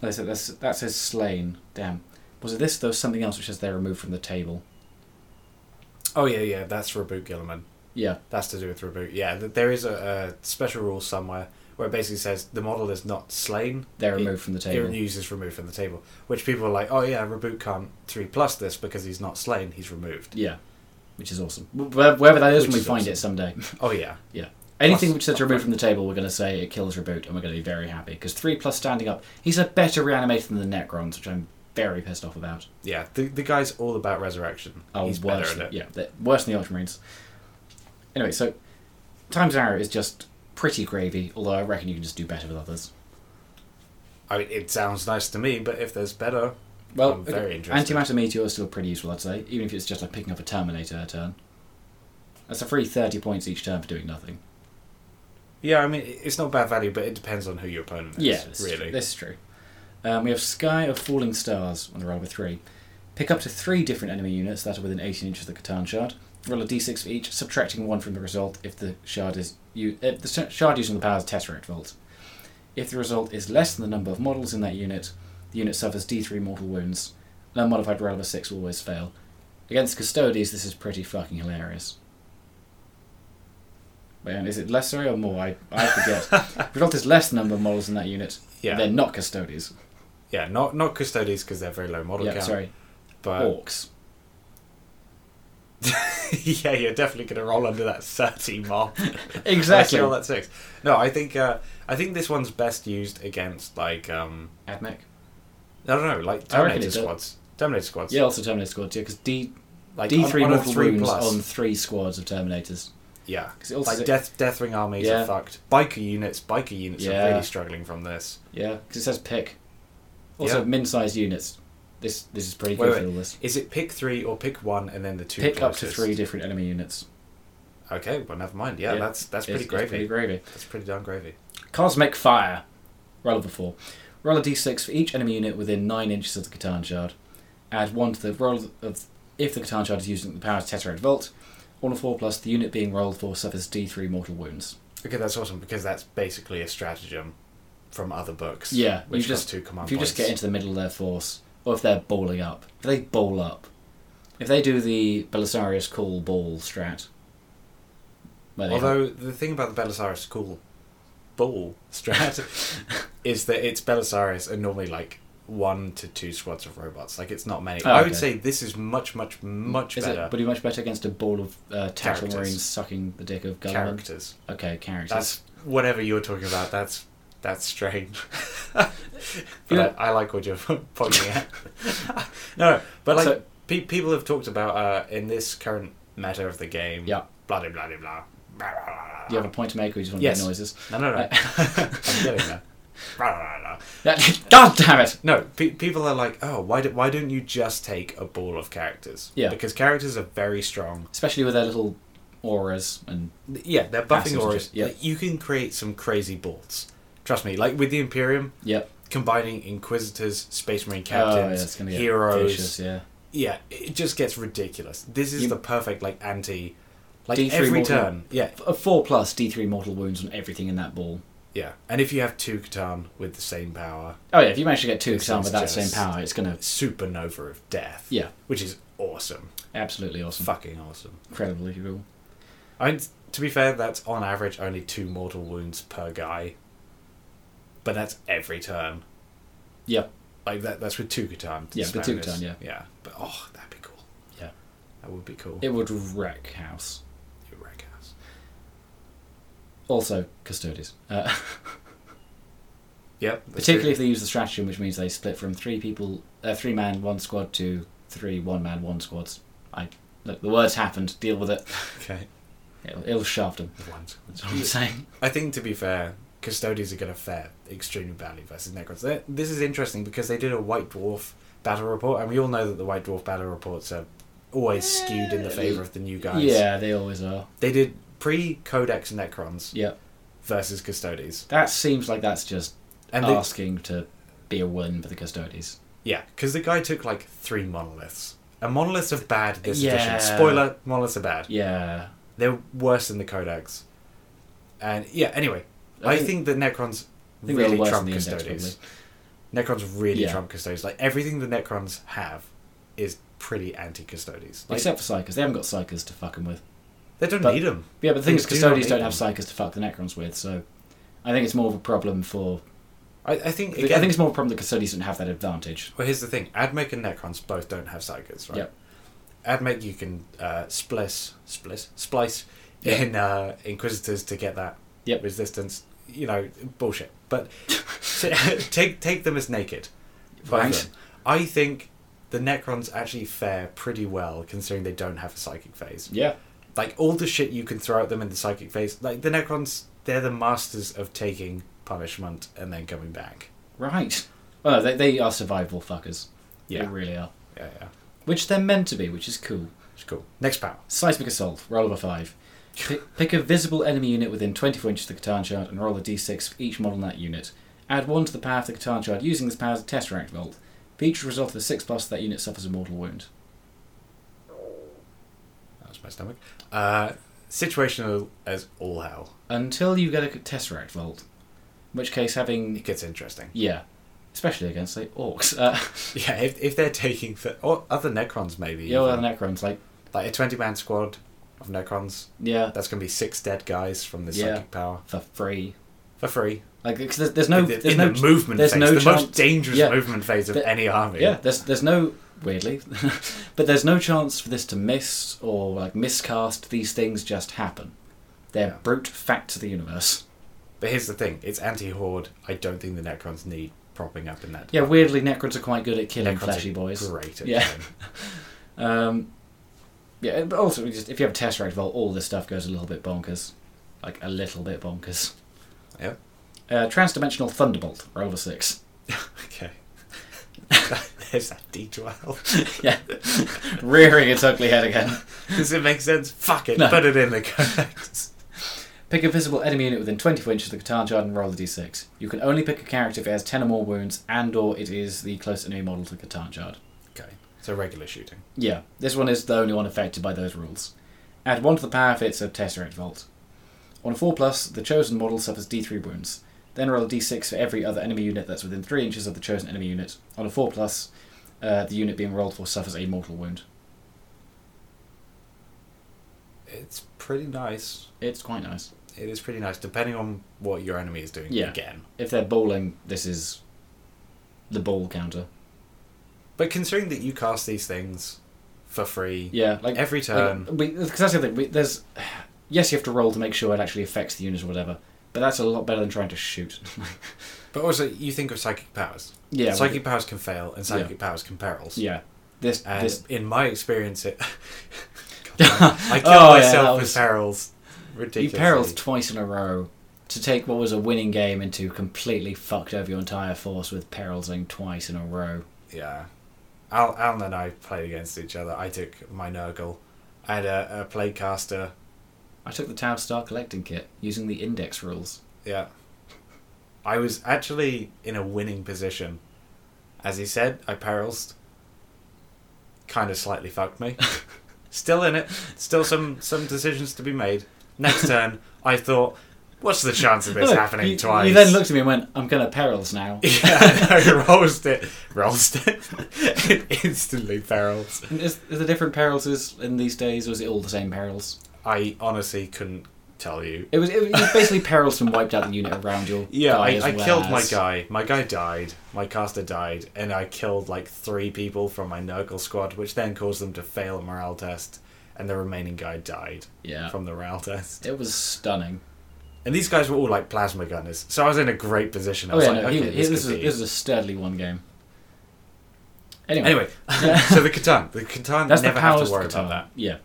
S2: they said that's, that says slain. Damn. Was it this? There was something else which says they're removed from the table.
S1: Oh, yeah, yeah, that's Reboot Gilliman.
S2: Yeah,
S1: That's to do with reboot. Yeah, th- there is a, a special rule somewhere where it basically says the model is not slain.
S2: they're
S1: It-
S2: removed from the
S1: It
S2: table.
S1: news is removed from the table, which people are like, oh yeah, reboot can't three plus this because he's not slain. He's removed.
S2: Yeah, which is awesome. Wh- where- Wherever that is
S1: Which
S2: when we
S1: is
S2: find
S1: awesome.
S2: it someday.
S1: Oh yeah,
S2: Anything
S1: Plus-
S2: which says removed from the table, we're going to say it kills reboot, and we're going to be very happy. Because 3 plus standing up, he's a better reanimator than the Necrons, which I'm very pissed off about.
S1: yeah. The the guy's all about resurrection.
S2: Oh,
S1: he's
S2: worse.
S1: better
S2: than,
S1: at it.
S2: Yeah, they're worse than the Ultramarines. Anyway, so Times Arrow is just pretty gravy, although I reckon you can just do better with others.
S1: I mean, it sounds nice to me, but if there's better,
S2: Well,
S1: I'm very interested.
S2: antimatter meteor is still pretty useful, I'd say, even if it's just like picking up a Terminator a turn. That's a free 30 points each turn for doing nothing.
S1: Yeah, I mean it's not bad value, but it depends on who your opponent is.
S2: yeah, this is
S1: really.
S2: True. This is true. Um, we have Sky of Falling Stars on the roll with three. Pick up to three different enemy units that are within 18 inches of the Catan shard. Roll a d6 for each, subtracting one from the result if the shard is u- if the sh- shard using the power is Tesseract Vault. If the result is less than the number of models in that unit, the unit suffers d3 mortal wounds. An unmodified roll of a six will always fail. Against Custodies, this is pretty fucking hilarious. Man, is it less sorry or more? I, I forget. If Result is less number of models in that unit.
S1: Yeah.
S2: They're not custodies.
S1: Yeah, not not custodies because they're very low model
S2: yeah,
S1: count. Uh,
S2: sorry.
S1: But
S2: Orcs.
S1: yeah, you're definitely going to roll under that thirty mark.
S2: Exactly.
S1: Roll that six. No, I think uh, I think this one's best used against like um,
S2: Admec.
S1: I don't know, like
S2: I
S1: Terminator
S2: reckon it does.
S1: squads. Terminator squads.
S2: Yeah, also Terminator squad too, because D
S1: like
S2: D three
S1: on, on a
S2: mortal
S1: three
S2: wounds
S1: plus.
S2: on three squads of Terminators.
S1: yeah,
S2: 'Cause it also-
S1: like death Deathwing armies
S2: Yeah.
S1: are fucked. Biker units, biker units are
S2: Yeah.
S1: really struggling from this.
S2: Yeah, because it says pick. Also
S1: Yeah.
S2: min-sized units. This this is pretty
S1: Wait,
S2: good
S1: wait.
S2: for all this.
S1: Is it pick three or pick one and then the two?
S2: Pick up to
S1: closest?
S2: three different enemy units.
S1: Okay, well never mind. Yeah,
S2: Yeah.
S1: that's that's pretty
S2: It's-
S1: gravy.
S2: It's pretty gravy.
S1: That's pretty darn gravy.
S2: Cosmic Fire. Roll of the four. Roll a d6 for each enemy unit within 9 inches of the Catan Shard. Add 1 to the roll of. If the Catan Shard is using the power of Tesseract Vault, on a 4 plus, the unit being rolled for suffers d3 mortal wounds.
S1: Okay, that's awesome because that's basically a stratagem from other books.
S2: Yeah, you
S1: which you
S2: just-
S1: two command
S2: if you just
S1: points.
S2: get into the middle of their force, or if they're balling up, if they ball up, if they do the Belisarius Call Ball strat. where they-
S1: Although the thing about the Belisarius cool ball strat is that it's Belisarius and normally like one to two squads of robots. Like it's not many.
S2: Oh,
S1: I would
S2: okay.
S1: say this is much, much, much
S2: is
S1: better
S2: it, would be much better against a ball of uh, Tactical
S1: Characters.
S2: Marines sucking the dick of Gulliver.
S1: characters.
S2: Okay, characters.
S1: That's whatever you're talking about. That's that's strange. but
S2: Yeah.
S1: I, I like what you're pointing at. no, but like
S2: So-
S1: pe- people have talked about uh, in this current meta of the game.
S2: Yeah.
S1: Blah de blah de blah. Blah, blah, blah,
S2: Do you have a point to make or you just want
S1: ah. Yes.
S2: to make noises?
S1: blah. No, no, no. I'm getting there. Blah, blah, blah, blah.
S2: That- God damn it!
S1: No, pe- people are like, oh, why, do- why don't you just take a ball of characters?
S2: Yeah.
S1: Because characters are very strong.
S2: Especially with their little auras and
S1: Yeah, they're
S2: Passives
S1: buffing
S2: and
S1: auras.
S2: shit, yeah.
S1: Like, you can create some crazy balls. Trust me. Like with the Imperium,
S2: yep.
S1: combining inquisitors, space marine
S2: oh, yeah, it's
S1: captains,
S2: gonna get
S1: heroes.
S2: vicious, yeah.
S1: Yeah, it just gets ridiculous. This is
S2: You-
S1: the perfect like anti, like
S2: D3
S1: every
S2: mortal-
S1: turn. Yeah,
S2: F- A four plus D three mortal wounds on everything in that ball.
S1: yeah. And if you have two Catan with the same power,
S2: Oh yeah, if you manage to get two
S1: This
S2: Xan
S1: is
S2: with that same
S1: just-
S2: power, it's gonna
S1: supernova of death.
S2: yeah,
S1: which is awesome,
S2: absolutely awesome,
S1: fucking awesome.
S2: incredibly cool.
S1: I mean, to be fair, that's on average only two mortal wounds per guy, but that's every turn.
S2: Yep.
S1: Like that. That's with two Catan.
S2: Yeah, with two Catan, yeah.
S1: yeah. But oh, that'd be cool.
S2: Yeah.
S1: that would be cool.
S2: It would wreck house.
S1: You wreck house.
S2: Also custodies, uh,
S1: Yep. that's
S2: particularly
S1: true.
S2: if they use the stratagem, which means they split from three people, uh, three man one squad to three one man one squads. I look, the words happened. Deal with it.
S1: Okay.
S2: It'll, it'll shaft them.
S1: The ones.
S2: That's what I'm saying.
S1: I think to be fair, custodians are going to fare extremely badly versus Necrons. They- This is interesting because they did a White Dwarf battle report, and we all know that the White Dwarf battle reports are always skewed in the favor of the new guys.
S2: Yeah, they always are.
S1: They did pre Codex Necrons
S2: Yeah.
S1: versus Custodes.
S2: That seems like that's just
S1: And they,
S2: asking to be a win for the custodies.
S1: yeah, because the guy took like three monoliths. And monoliths are bad this
S2: Yeah.
S1: edition. Spoiler, monoliths are bad.
S2: Yeah.
S1: They're worse than the Codex. And yeah, anyway, I think, that Necrons
S2: I think
S1: really
S2: they're worse
S1: trump
S2: than the index,
S1: Custodes. Necrons really
S2: Yeah.
S1: trump Custodes. Like everything the Necrons have is pretty anti Custodes.
S2: probably.
S1: Like,
S2: Except for psychers. They haven't got psychers to fuck them with.
S1: they don't
S2: but-
S1: need them.
S2: But yeah, but the thing
S1: They
S2: is,
S1: do
S2: custodies
S1: not
S2: don't
S1: need
S2: have psychers to fuck the Necrons with, so I think it's more of a problem for.
S1: I, I think
S2: I
S1: again.
S2: think it's more of a problem that custodies don't have that advantage.
S1: well, here's the thing: Admech and Necrons both don't have psychers, right?
S2: Yep.
S1: Admech, you can uh, splice, splice, splice
S2: Yep.
S1: in uh, Inquisitors to get that
S2: Yep.
S1: resistance. You know, bullshit. But take take them as naked. both
S2: Right.
S1: of them. I think the Necrons actually fare pretty well considering they don't have a psychic phase.
S2: Yeah.
S1: like all the shit you can throw at them in the psychic phase like the necrons they're the masters of taking punishment and then coming back
S2: Right. Well, no, they, they are survival fuckers. They really are.
S1: yeah yeah
S2: Which they're meant to be, which is cool.
S1: It's cool. Next power.
S2: Seismic Assault, roll of a 5. P- pick a visible enemy unit within 24 inches of the Catan shard and roll a d6 for each model in that unit. Add 1 to the power of the Catan shard using this power as a Tesseract Bolt. For each result of the 6 plus, that unit suffers a mortal wound.
S1: That was my stomach. Uh, situational as all hell.
S2: Until you get a Tesseract Bolt. In which case, having.
S1: It gets interesting.
S2: Yeah. Especially against, like, orcs. Uh,
S1: Yeah, if, if they're taking the or other Necrons maybe.
S2: yeah, well,
S1: even.
S2: the Necrons, like,
S1: like a twenty man squad of Necrons.
S2: yeah,
S1: That's gonna be six dead guys from the
S2: Yeah.
S1: psychic power
S2: for free.
S1: for free.
S2: Like, 'cause there's, there's no.
S1: in the,
S2: There's
S1: in
S2: no
S1: the movement
S2: there's
S1: phase,
S2: no
S1: the most
S2: chance-
S1: dangerous
S2: yeah.
S1: movement phase of
S2: But-
S1: any army.
S2: Yeah, there's there's no weirdly, but there's no chance for this to miss or like miscast. These things just happen. They're
S1: Yeah.
S2: brute facts of the universe.
S1: But here's the thing: it's anti-horde. I don't think the Necrons need propping up in that.
S2: Yeah, weirdly, Necrons are quite good at killing
S1: Necrons are
S2: fleshy boys.
S1: Great. At
S2: Yeah.
S1: killing.
S2: Um, yeah, but also just if you have a Tesseract Vault, all this stuff goes a little bit bonkers, like a little bit bonkers.
S1: Yep.
S2: Uh, Transdimensional Thunderbolt, roll of a six.
S1: Okay. there's that D12.
S2: yeah, rearing its ugly head again.
S1: Does it make sense? Fuck it.
S2: No.
S1: Put it in the codex.
S2: Pick a visible enemy unit within 24 inches of the Catan Shard and roll the d6. You can only pick a character if it has 10 or more wounds and or it is the close enemy model to the Catan Shard.
S1: okay. So regular shooting.
S2: Yeah, this one is the only one affected by those rules. Add 1 to the power if it's a Tesseract Vault. On a 4+, plus, the chosen model suffers d3 wounds. Then roll a d6 for every other enemy unit that's within 3 inches of the chosen enemy unit. On a 4+, plus, uh, the unit being rolled for suffers a mortal wound.
S1: It's pretty nice.
S2: It's quite nice.
S1: It is pretty nice, depending on what your enemy is doing.
S2: Yeah.
S1: Again.
S2: If they're bowling, this is the ball counter.
S1: But considering that you cast these things for free
S2: Yeah, like
S1: every turn,
S2: because that's the thing. We, there's yes, you have to roll to make sure it actually affects the unit or whatever, but that's a lot better than trying to shoot.
S1: but also you think of psychic powers.
S2: yeah, we-
S1: psychic powers can fail, and psychic powers can perils.
S2: yeah. This
S1: And
S2: this
S1: in my experience, it. I killed
S2: Oh, yeah,
S1: myself
S2: that
S1: with
S2: was-
S1: perils.
S2: you
S1: Ridiculous.
S2: periled twice in a row to take what was a winning game into completely fucked over your entire force with periling twice in a row.
S1: Yeah. Al, Alan and I played against each other. I took my Nurgle. I had a, a playcaster.
S2: I took the Tau Star collecting kit using the index rules.
S1: Yeah. I was actually in a winning position. As he said, I perils. Kind of slightly fucked me. Still in it. Still some, some decisions to be made. Next turn, I thought, what's the chance of this
S2: Look,
S1: happening
S2: you,
S1: twice?
S2: You then looked at me and went, "I'm gonna perils now."
S1: yeah, I know, rolls it. Rolls it. it instantly perils.
S2: is, is there different perils in these days, or is it all the same perils?
S1: I honestly couldn't tell you.
S2: It was, it was basically perils and wiped out the unit around your
S1: Yeah,
S2: guy
S1: I,
S2: as
S1: I
S2: well
S1: killed my
S2: as-
S1: guy. My guy died. My caster died, and I killed like three people from my Nurgle squad, which then caused them to fail a morale test, and the remaining guy died
S2: Yeah,
S1: from the morale test.
S2: it was stunning.
S1: And these guys were all like plasma gunners, so I was in a great position. I
S2: Oh
S1: was
S2: yeah,
S1: like,
S2: no,
S1: okay,
S2: he, he,
S1: this
S2: this, was,
S1: could be.
S2: this was a sturdily one game. Anyway,
S1: Anyway, so the Catan, the Catan
S2: that's
S1: never
S2: the
S1: have
S2: powers
S1: to worry
S2: of
S1: about that.
S2: Catan. Yeah,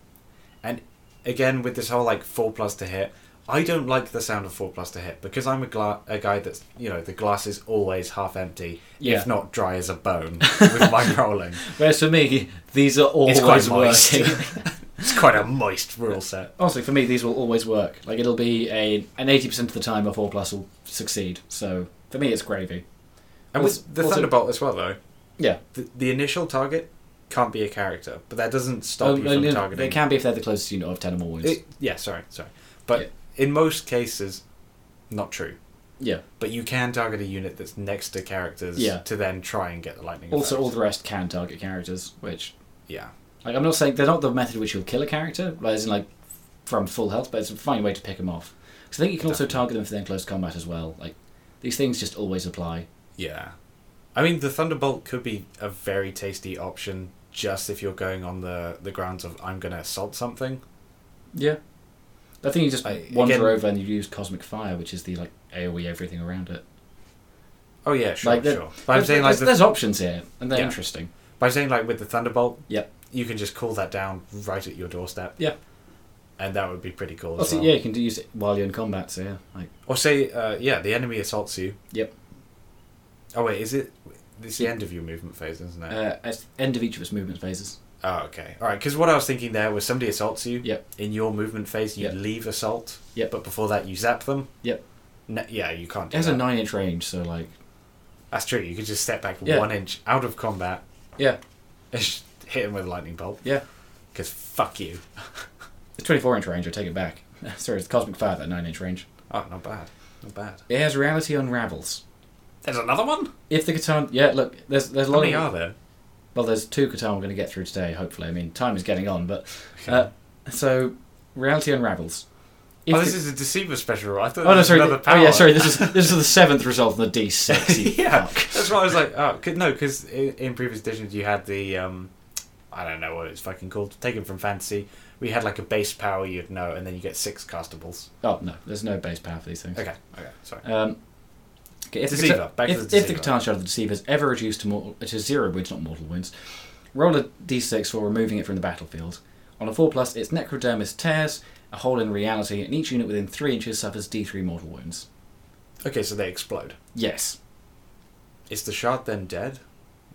S1: again with this whole like four plus to hit i don't like the sound of four plus to hit because i'm a, gla- a guy that's you know the glass is always half empty
S2: Yeah.
S1: if not dry as a bone with my rolling
S2: whereas for me, these are always
S1: it's quite moist
S2: working.
S1: it's quite a moist rule set
S2: Honestly, for me, these will always work. Like it'll be a an eighty percent of the time, a four plus will succeed. So for me, it's gravy.
S1: and with the
S2: Also-
S1: thunderbolt as well though
S2: Yeah,
S1: the, the initial target can't be a character but that doesn't stop
S2: Oh,
S1: you
S2: no,
S1: from
S2: no,
S1: targeting
S2: It can be if they're the closest unit of ten or more wounds.
S1: It- yeah sorry sorry but
S2: Yeah.
S1: in most cases not true
S2: yeah.
S1: but you can target a unit that's next to characters
S2: Yeah.
S1: to then try and get the lightning
S2: Also, all
S1: effect.
S2: the rest can target characters, which
S1: yeah
S2: Like I'm not saying they're not the method which you'll kill a character, like, as in like from full health, but it's a fine way to pick them off. Because I think you can also target them for their close combat as well. Like these things just always apply.
S1: Yeah. I mean, the Thunderbolt could be a very tasty option just if you're going on the, the grounds of I'm going to assault something.
S2: Yeah. I think you just
S1: I-
S2: wander
S1: again-
S2: over and you use cosmic fire, which is the like AOE everything around it.
S1: Oh, yeah, sure,
S2: Like the-
S1: sure. But I'm,
S2: there's,
S1: saying, like,
S2: there's,
S1: the,
S2: there's options here, and they're
S1: Yeah.
S2: interesting.
S1: but I'm saying, like, with the Thunderbolt,
S2: Yep.
S1: you can just call that down right at your doorstep.
S2: Yeah.
S1: And that would be pretty cool as
S2: Also,
S1: well.
S2: yeah, you can do use it while you're in combat. So yeah, like
S1: Or say, uh, yeah, the enemy assaults you.
S2: Yep.
S1: Oh, wait, is it. It's the end of your movement phase, isn't it?
S2: uh, at the end of each of its movement phases.
S1: Oh, okay. All right. Because what I was thinking there was somebody assaults you.
S2: Yep.
S1: In your movement phase, you
S2: Yep.
S1: leave assault.
S2: Yep.
S1: But before that, you zap them.
S2: Yep.
S1: No, yeah, you can't.
S2: It
S1: Do
S2: has
S1: that.
S2: a nine inch range, so like
S1: That's true. You could just step back
S2: Yeah.
S1: one inch out of combat.
S2: Yeah.
S1: and just hit him with a lightning bolt.
S2: yeah,
S1: Because fuck you.
S2: it's twenty four inch range. I take it back. Sorry, it's cosmic fire that nine inch range.
S1: Oh, not bad. Not bad.
S2: It has reality unravels.
S1: There's another one.
S2: If the Catan, yeah, look, there's there's a
S1: How
S2: lot
S1: many
S2: of
S1: are there?
S2: well, there's two Catan we're going to get through today. Hopefully, I mean time is getting on, but uh, so reality unravels. If
S1: oh, this
S2: the-
S1: is a deceiver special. I thought. this
S2: oh no,
S1: was
S2: sorry,
S1: Another
S2: th-
S1: power.
S2: oh yeah, sorry. This is this is the seventh result in the D six. E
S1: yeah, that's why I was like, oh, could, no, because in, in previous editions you had the, um, I don't know what it's fucking called, taken from fantasy. We had like a base power you'd know, and then you get six castables.
S2: Oh no, there's no base power for these things.
S1: Okay, okay, sorry.
S2: Um, okay, if,
S1: Deceiver,
S2: The, Catan-
S1: back to
S2: if,
S1: the
S2: if
S1: Deceiver.
S2: Catan Shard of the Deceiver is ever reduced to, mortal, to zero wounds, not mortal wounds, roll a d6 for removing it from the battlefield. On a 4 plus, its necrodermis tears a hole in reality, and each unit within 3 inches suffers d3 mortal wounds.
S1: Okay, so they explode.
S2: Yes.
S1: Is the shard then dead?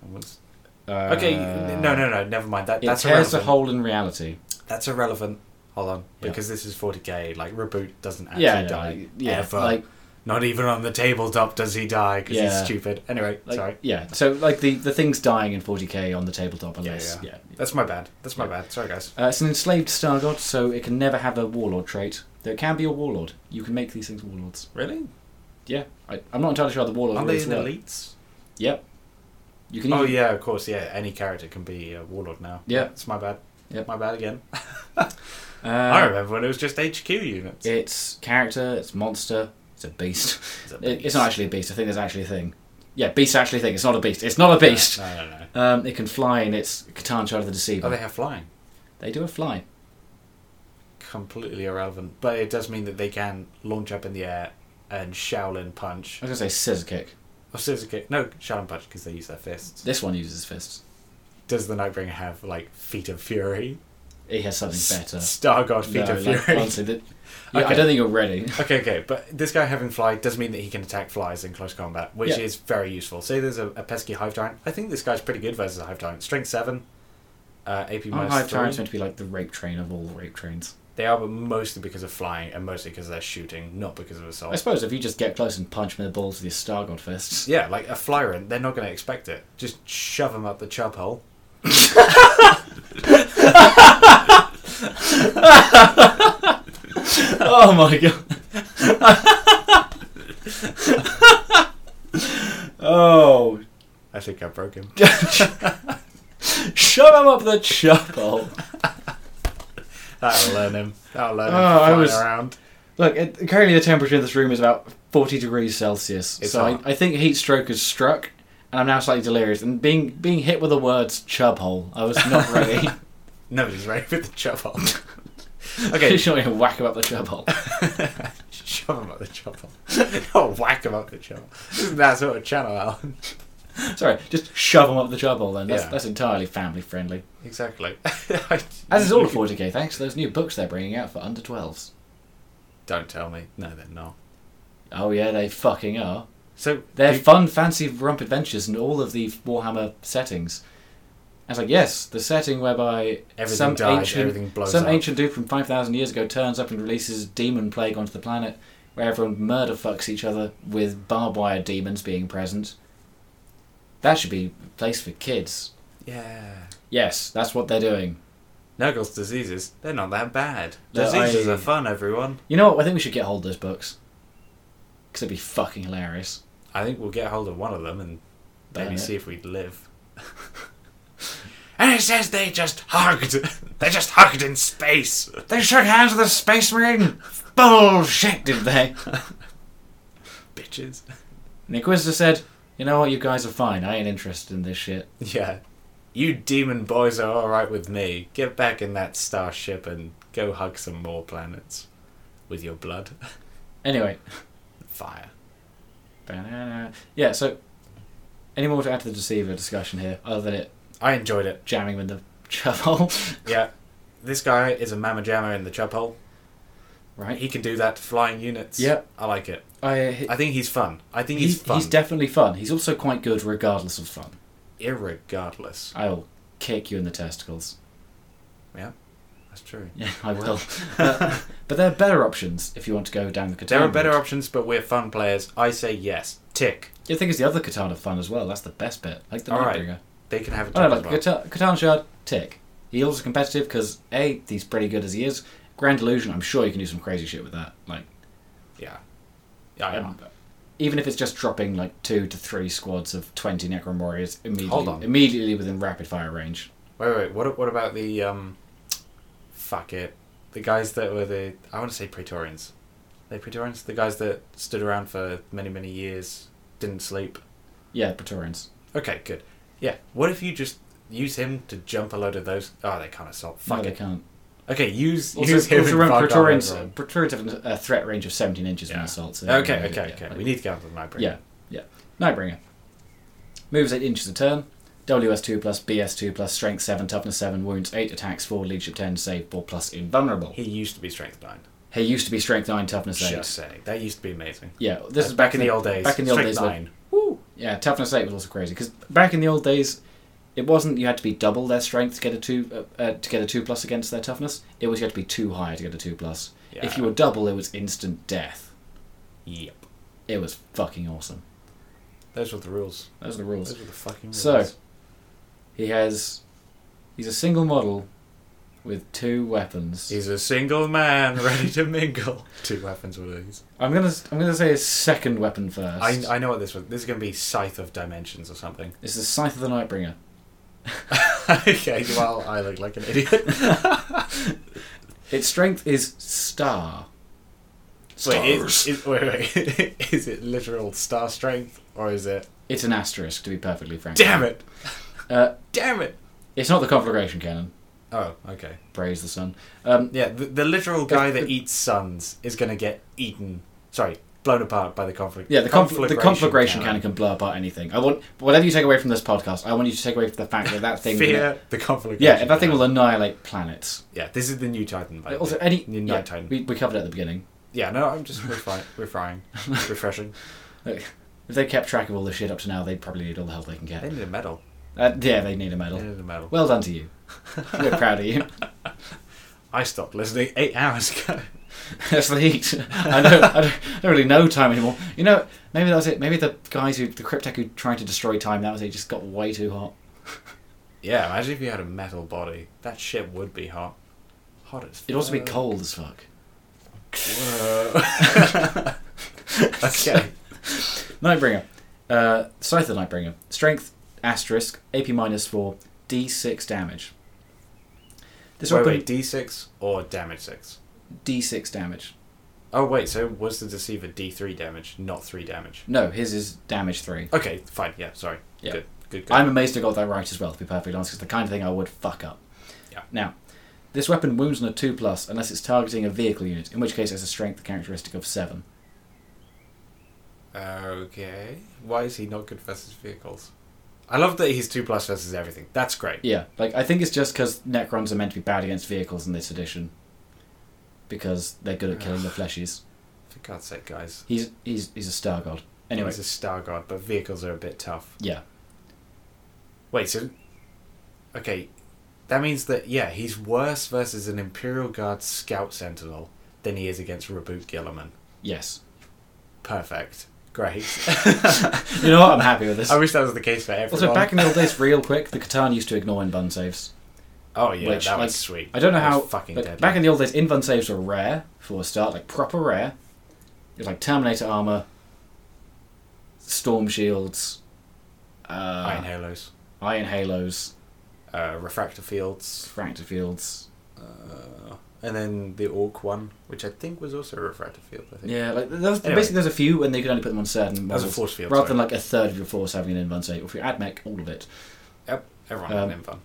S1: And what's-
S2: Uh,
S1: Okay, no, no, no, never mind. That
S2: It
S1: that's
S2: tears a
S1: irrelevant.
S2: hole in reality.
S1: That's irrelevant. Hold on,
S2: Yeah.
S1: because this is 40k. Like reboot doesn't actually
S2: yeah,
S1: die.
S2: like, yeah,
S1: ever.
S2: like,
S1: Not even on the tabletop does he die because
S2: Yeah.
S1: he's stupid. Anyway,
S2: like-
S1: sorry.
S2: yeah. So like the, the thing's dying in 40k on the tabletop
S1: Yeah,
S2: unless
S1: yeah,
S2: yeah.
S1: That's my bad. That's my
S2: Yeah.
S1: bad. Sorry, guys.
S2: Uh, it's an enslaved star god, so it can never have a warlord trait. Though it can be a warlord. You can make these things warlords.
S1: Really?
S2: Yeah, I, I'm not entirely sure how the warlord
S1: Aren't they
S2: rules
S1: in
S2: work.
S1: elites?
S2: Yep. You can.
S1: Oh
S2: even-
S1: yeah, of course. Yeah, any character can be a warlord now.
S2: Yeah.
S1: it's my bad.
S2: Yeah.
S1: my bad again.
S2: Uh,
S1: I remember when it was just HQ units.
S2: It's character. It's monster. It's a beast.
S1: It's a
S2: It, it's
S1: beast.
S2: not actually a beast. I think there's actually a thing. Yeah, beast's actually a thing. It's not a beast. It's not a beast.
S1: No, no, no.
S2: Um, it can fly, and it's Catan Child of the Deceiver.
S1: Oh, they
S2: they...
S1: have flying.
S2: do a fly.
S1: Completely irrelevant, but it does mean that they can launch up in the air and Shaolin punch. Oh,
S2: I was gonna say scissor kick.
S1: Or scissor kick. No, Shaolin punch because they use their fists.
S2: This one uses fists.
S1: Does the Nightbringer have like feet of fury?
S2: He has something better.
S1: Star God feet
S2: No,
S1: of
S2: like,
S1: fury.
S2: honestly, that- yeah, I
S1: Okay.
S2: don't think you're ready.
S1: Okay, okay, but this guy having fly does mean that he can attack flies in close combat, which
S2: Yeah.
S1: is very useful. Say there's a, a pesky hive giant. I think this guy's pretty good versus a hive giant. Strength seven, uh, AP
S2: Our
S1: minus
S2: hive
S1: three.
S2: tyrant's meant to be like the rape train of all rape trains.
S1: They are, but mostly because of flying and mostly because they're shooting, not because of assault.
S2: I suppose if you just get close and punch him in the balls with your star god fists.
S1: yeah, like a flyer, in, they're not going to expect it. Just shove them up the chub hole.
S2: oh my god. oh,
S1: I think I broke him.
S2: shut him up the chapel.
S1: That'll learn him. That'll learn him.
S2: Oh,
S1: to
S2: I
S1: fly
S2: was-
S1: around.
S2: Look, it, currently the temperature in this room is about 40 degrees Celsius.
S1: It's
S2: so I,
S1: hot.
S2: I think heat stroke has struck, and I'm now slightly delirious. And being being hit with the words chub hole, I was not ready.
S1: Nobody's ready with the chub hole.
S2: okay.
S1: okay,
S2: Sure, you whack him up the chub hole.
S1: shove him up the chub hole. oh, whack him up the chub hole. Isn't that sort of channel, Alan?
S2: Sorry, just shove him up the chub hole then. That's,
S1: Yeah.
S2: that's entirely family friendly.
S1: Exactly. I-
S2: As is all of
S1: you
S2: 40k, thanks to those new books they're bringing out for under 12s.
S1: could- Don't tell me. No, they're not.
S2: Oh, yeah, they fucking are.
S1: So
S2: They're
S1: do-
S2: fun, fancy romp adventures and all of the Warhammer settings. I was like, yes, the setting whereby
S1: Everything
S2: some
S1: dies,
S2: ancient,
S1: everything blows
S2: some
S1: up.
S2: ancient dude from five thousand years ago turns up and releases demon plague onto the planet, where everyone murder fucks each other with barbed wire demons being present. That should be a place for kids.
S1: yeah.
S2: Yes, that's what they're doing.
S1: Nurgle's diseases, they're not that bad.
S2: No,
S1: Diseases
S2: I-
S1: are fun, everyone.
S2: You know what? I think we should get hold of those books because it'd be fucking hilarious.
S1: I think we'll get hold of one of them and
S2: Burn
S1: maybe
S2: it.
S1: see if we live. and it says they just hugged. they just hugged in space.
S2: They shook hands with a space marine. Bullshit, did they?
S1: Bitches.
S2: And the Inquisitor said, You know what, you guys are fine. I ain't interested in this shit.
S1: Yeah. You demon boys are alright with me. Get back in that starship and go hug some more planets. With your blood.
S2: Anyway.
S1: Fire.
S2: Banana. Yeah, so. Any more to add to the Deceiver discussion here, other than it
S1: I enjoyed it.
S2: jamming with the shovel?
S1: Yeah. This guy is a mamma jamma in the chub hole.
S2: right?
S1: He can do that to flying units.
S2: Yep.
S1: I like it.
S2: I,
S1: I think he's fun. I think
S2: he's,
S1: he's fun.
S2: he's definitely fun. He's also quite good regardless of fun.
S1: irregardless.
S2: I will kick you in the testicles.
S1: That's true.
S2: Yeah, I will. but there are better options if you want to go down the
S1: There
S2: katana.
S1: are better
S2: route.
S1: options, but we're fun players. I say yes. Tick.
S2: The thing is, the other katana fun as well. That's the best bit. Like the
S1: All right.
S2: Nightbringer.
S1: They can have a tick
S2: I
S1: as
S2: don't
S1: well.
S2: like Kata- Catan Shard, tick. He also competitive because A, he's pretty good as he is. Grand Illusion, I'm sure you can do some crazy shit with that. Like
S1: Yeah. Yeah, I
S2: um, even if it's just dropping like two to three squads of twenty Necron warriors immediately
S1: Hold on.
S2: immediately within rapid fire range.
S1: Wait, wait, wait. What, what about the um, fuck it, the guys that were the I want to say Praetorians, they Praetorians, the guys that stood around for many many years, didn't sleep.
S2: Yeah, Praetorians.
S1: Okay, good. Yeah. What if you just use him to jump a load of those? Oh, they can't assault.
S2: No,
S1: Fuck
S2: they
S1: it.
S2: can't.
S1: Okay, use
S2: Also,
S1: use him.
S2: also
S1: and
S2: remember
S1: fuck
S2: Praetorians
S1: off everyone.
S2: Praetorians have a uh, threat range of seventeen inches when
S1: Yeah.
S2: assault. So
S1: Okay,
S2: yeah,
S1: okay,
S2: yeah,
S1: okay.
S2: like-
S1: we need to get on to the library.
S2: Yeah, yeah. Nightbringer. Moves 8 inches a turn. WS2 plus BS2 plus strength 7, toughness 7, wounds 8, attacks 4, leadership 10, save 4 plus invulnerable.
S1: He used to be strength nine.
S2: He used to be strength 9, toughness 8.
S1: Just saying, that used to be amazing.
S2: Yeah, this
S1: Uh,
S2: is back,
S1: in the old days.
S2: Back in the old
S1: strength
S2: days. when-
S1: nine.
S2: Woo! Yeah, toughness 8 was also crazy because back in the old days, it wasn't you had to be double their strength to get a 2 uh, uh, to get a 2 plus against their toughness. It was you had to be too high to get a 2 plus. If you
S1: Yeah.
S2: were double, it was instant death.
S1: Yep.
S2: It was fucking awesome.
S1: Those were the rules.
S2: Those are the rules.
S1: Those were the fucking rules.
S2: So- He has. He's a single model with two weapons.
S1: He's a single man ready to mingle. Two weapons were these.
S2: I'm gonna. I'm gonna say his second weapon first.
S1: I, I know what this was. This is going to be Scythe of Dimensions or something.
S2: It's the scythe of the Nightbringer.
S1: okay, well, I look like an idiot.
S2: Its strength is star.
S1: Wait, is, is, wait, wait. is it literal star strength or is it.
S2: it's an asterisk, to be perfectly frank.
S1: Damn it!
S2: Uh,
S1: Damn it!
S2: it's not the conflagration cannon.
S1: Oh, okay.
S2: Praise the sun. Um,
S1: Yeah, the, the literal guy
S2: If
S1: that
S2: the-
S1: eats suns is going to get eaten. Sorry, blown apart by the conflict.
S2: yeah, the, confl- the conflagration cannon can blow apart anything. I want whatever you take away from this podcast. I want you to take away from the fact that that thing.
S1: Fear the conflict.
S2: yeah, that thing will annihilate planets.
S1: Yeah, this is the new Titan. By the
S2: Also,
S1: way.
S2: any
S1: New
S2: yeah,
S1: Night Titan.
S2: we, we covered it at the beginning.
S1: Yeah, no, I'm just refrying, refrying, refreshing.
S2: If they kept track of all this shit up to now, they'd probably need all the help they can get.
S1: They need a medal.
S2: Uh, yeah, they need a
S1: They
S2: medal.
S1: need a medal.
S2: Well done to you. We're proud of you.
S1: I stopped listening eight hours ago.
S2: That's the heat. I don't, I don't, I don't really know time anymore. You know, maybe that was it. Maybe the guys who, the cryptech who tried to destroy time, that was it. Just got way too hot.
S1: Yeah, imagine if you had a metal body. That shit would be hot. Hot as.
S2: It'd also be
S1: fuck.
S2: cold as fuck.
S1: Whoa. okay.
S2: Nightbringer. Uh, Scythe of Nightbringer. Strength, asterisk, AP minus 4, D6 damage. This
S1: So wait,
S2: weapon,
S1: wait, D6 or damage six?
S2: D6 damage.
S1: Oh wait, so was the deceiver D3 damage, not three damage?
S2: No, his is damage 3.
S1: Okay, fine. Yeah, sorry.
S2: Yeah.
S1: Good. Good. good.
S2: I'm amazed I got that right as well, to be perfectly honest, because the kind of thing I would fuck up.
S1: Yeah.
S2: Now, this weapon wounds on a 2 plus unless it's targeting a vehicle unit, in which case it has a strength characteristic of 7.
S1: Okay. Why is he not good versus vehicles? I love that he's two plus versus everything. That's great.
S2: Yeah, like I think it's just because Necrons are meant to be bad against vehicles in this edition. Because they're good at killing the fleshies.
S1: For God's sake, guys.
S2: He's he's he's a star god. Anyway,
S1: he's a star god, but vehicles are a bit tough.
S2: yeah.
S1: Wait, so okay, that means that yeah, he's worse versus an Imperial Guard Scout Sentinel than he is against Reboot Gilliman.
S2: Yes.
S1: Perfect, great.
S2: You know what? I'm happy with this.
S1: I wish that was the case for everyone.
S2: Also, back in the old days, real quick, the Catan used to ignore invuln saves.
S1: oh yeah,
S2: which,
S1: that
S2: like,
S1: was sweet.
S2: I don't know
S1: That
S2: how.
S1: was fucking
S2: like,
S1: deadly.
S2: back in the old days, invuln saves were rare for a start, like proper rare. It was like Terminator armor, storm shields, uh,
S1: Iron
S2: iron,
S1: Halos,
S2: halos,
S1: uh, Refractor Fields,
S2: fractor fields.
S1: uh, and then the Orc one, which I think was also a Refractor Field. I think.
S2: Yeah, like there's,
S1: Anyway.
S2: basically there's a few, and they could only put them on certain.
S1: That was a
S2: models,
S1: force field,
S2: rather
S1: sorry.
S2: than like a third of your force having an invuln save. Or if you add mech, all of it.
S1: Yep. Everyone
S2: Um,
S1: had an fun.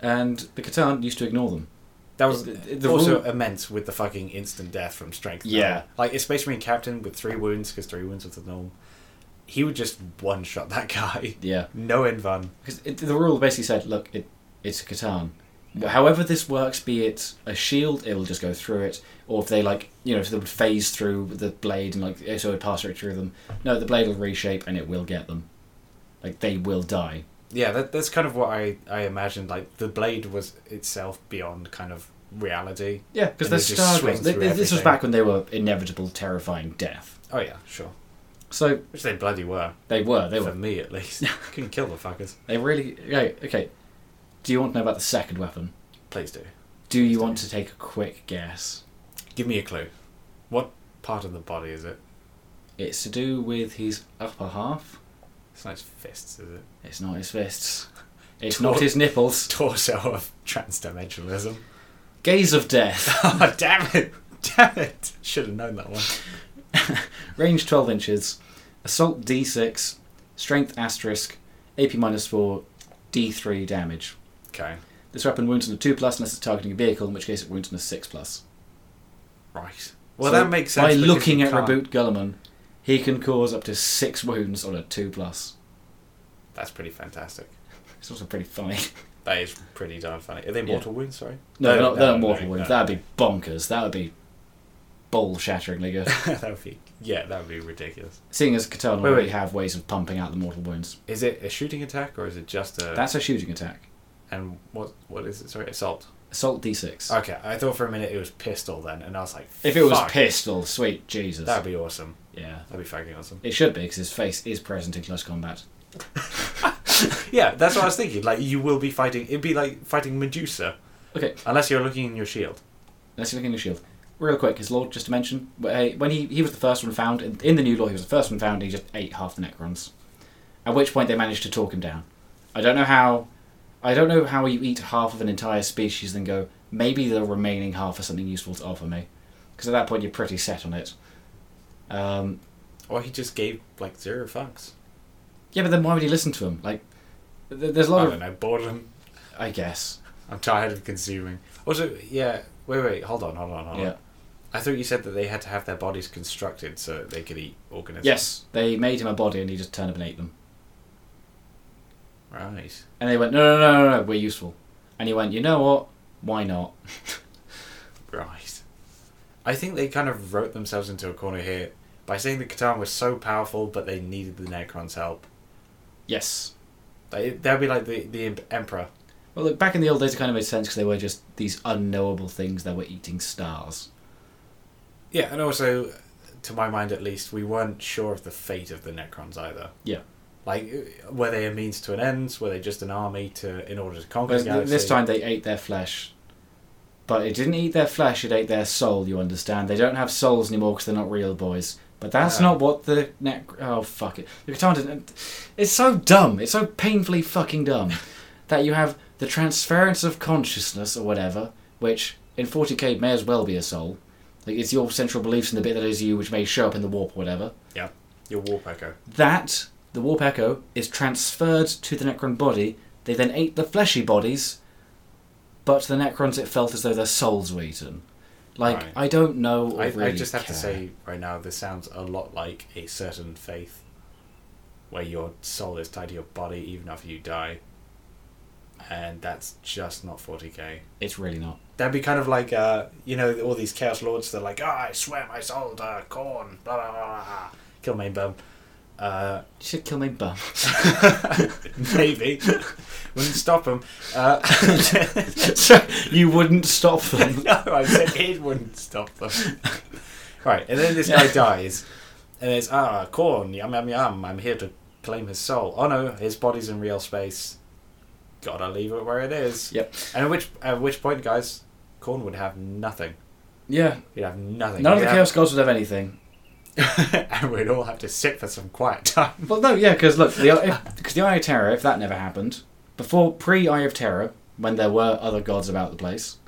S2: And the Catan used to ignore them.
S1: That was
S2: the- the
S1: also
S2: rule-
S1: immense with the fucking instant death from strength.
S2: Yeah.
S1: level. like a Space Marine captain with three wounds because three wounds was the norm. He would just one shot that guy.
S2: Yeah.
S1: No invun.
S2: Because it- the rule basically said, look, it, it's a Catan. However this works, be it a shield, it will just go through it, or if they like, you know, if they would phase through the blade and like eh, so it would pass right through them. No, the blade will reshape and it will get them. Like they will die.
S1: yeah, that, that's kind of what I, I imagined. Like the blade was itself beyond kind of reality.
S2: Yeah, because
S1: And
S2: they're
S1: they just swing
S2: Stargates. Th-
S1: through
S2: th- This was
S1: everything.
S2: back when they were inevitable, terrifying death.
S1: Oh yeah, sure.
S2: So
S1: Which they bloody were.
S2: they were. They
S1: for
S2: were.
S1: me at least. Couldn't kill the fuckers.
S2: They really. Okay, okay. Do you want to know about the second weapon?
S1: Please do.
S2: Do you want to take a quick guess?
S1: Give me a clue. What part of the body is it?
S2: It's to do with his upper half.
S1: It's not his fists, is it?
S2: It's not his fists. It's
S1: Tor-
S2: not his nipples.
S1: Torso of transdimensionalism.
S2: Gaze of death.
S1: oh damn it! Damn it! Should have known that one.
S2: Range 12 inches. Assault D6. Strength asterisk. AP minus 4. D3 damage.
S1: Okay.
S2: This weapon wounds on a 2 plus unless it's targeting a vehicle, in which case it wounds on a 6 plus.
S1: Right. Well,
S2: So
S1: that makes sense.
S2: By
S1: because
S2: looking
S1: you
S2: at
S1: can't-
S2: Reboot Gulliman, he can cause up to 6 wounds on a 2 plus.
S1: that's pretty fantastic.
S2: It's also pretty funny.
S1: That is pretty darn funny. Are they mortal wounds? Sorry.
S2: No, they're not, they're not mortal
S1: no,
S2: wounds.
S1: no.
S2: That'd be bonkers. That would be ball shatteringly good.
S1: that would be yeah. That would be ridiculous.
S2: Seeing as Katana
S1: Wait,
S2: already
S1: wait.
S2: have ways of pumping out the mortal wounds.
S1: Is it a shooting attack or is it just a?
S2: That's a shooting attack.
S1: and what what is it? Sorry, assault.
S2: Assault D6.
S1: Okay, I thought for a minute it was pistol then, and I was like,
S2: if it was
S1: Oh, fuck,
S2: pistol, sweet Jesus.
S1: that'd be awesome.
S2: yeah.
S1: That'd be fucking awesome.
S2: It should be, because his face is present in close combat.
S1: Yeah, that's what I was thinking. Like you will be fighting. It'd be like fighting Medusa,
S2: Okay,
S1: unless you're looking in your shield.
S2: let's look in the shield. Real quick, his lord, just to mention, wh- eh, when he, he was the first one found, in, in the new law, he was the first one found, and he just ate half the Necrons. At which point they managed to talk him down. I don't know how. I don't know how you eat half of an entire species, then go, maybe the remaining half is something useful to offer me. Because at that point you're pretty set on it. Um,
S1: Or he just gave like zero fucks.
S2: Yeah, but then why would he listen to him? Like, th- there's a
S1: I
S2: lot
S1: don't
S2: of.
S1: know. Boredom.
S2: I guess.
S1: I'm tired of consuming. Also, yeah. Wait, wait. Hold on. Hold on. Hold
S2: Yeah.
S1: on. I thought you said that they had to have their bodies constructed so that they could eat organisms.
S2: Yes, they made him a body and he just turned up and ate them.
S1: Right.
S2: And they went, no, no, no, no, no, we're useful. And he went, you know what? Why not?
S1: Right. I think they kind of wrote themselves into a corner here by saying the Catan was so powerful, but they needed the Necron's help.
S2: Yes.
S1: They, that'd be like the, the em- Emperor.
S2: Well, look, back in the old days, it kind of made sense because they were just these unknowable things that were eating stars.
S1: Yeah, and also, to my mind at least, we weren't sure of the fate of the Necrons either.
S2: Yeah.
S1: Like, uh, were they a means to an end? Were they just an army to in order to conquer
S2: But
S1: the
S2: th-
S1: galaxy?
S2: this time they ate their flesh. But it didn't eat their flesh, it ate their soul, you understand? They don't have souls anymore because they're not real boys. But that's
S1: No.
S2: not what the neck. Oh, fuck it. The guitar didn't. It's so dumb. It's so painfully fucking dumb that you have the transference of consciousness or whatever, which in 40k may as well be a soul. Like, it's your central beliefs and the bit that is you, which may show up in the warp or whatever.
S1: Yeah, your warp echo.
S2: That, the warp echo, is transferred to the Necron body. They then ate the fleshy bodies, but the Necrons, it felt as though their souls were eaten. Like,
S1: Right.
S2: I don't know. Or
S1: I,
S2: really
S1: I just have
S2: care.
S1: to say right now, this sounds a lot like a certain faith where your soul is tied to your body even after you die. And that's just not 40k.
S2: It's really not.
S1: That'd be kind of like, uh, you know, all these Chaos Lords, they're like, oh, I swear my soul to corn, blah, blah, blah, blah. Kill main bum. Uh,
S2: You should kill me, bum.
S1: maybe. Wouldn't stop him. Uh,
S2: so you wouldn't stop them.
S1: no, I said it wouldn't stop them. right, and then this guy dies, and it's ah corn yum yum yum. I'm here to claim his soul. Oh no, his body's in real space. Gotta leave it where it is.
S2: Yep.
S1: And at which at which point, guys, corn would have nothing.
S2: Yeah.
S1: He'd have nothing.
S2: None of the
S1: He'd
S2: Chaos Gods would have anything.
S1: have- and we'd all have to sit for some quiet time.
S2: Well, no, yeah, because look, the because the Eye of Terror, if that never happened, before pre Eye of Terror, when there were other gods about the place,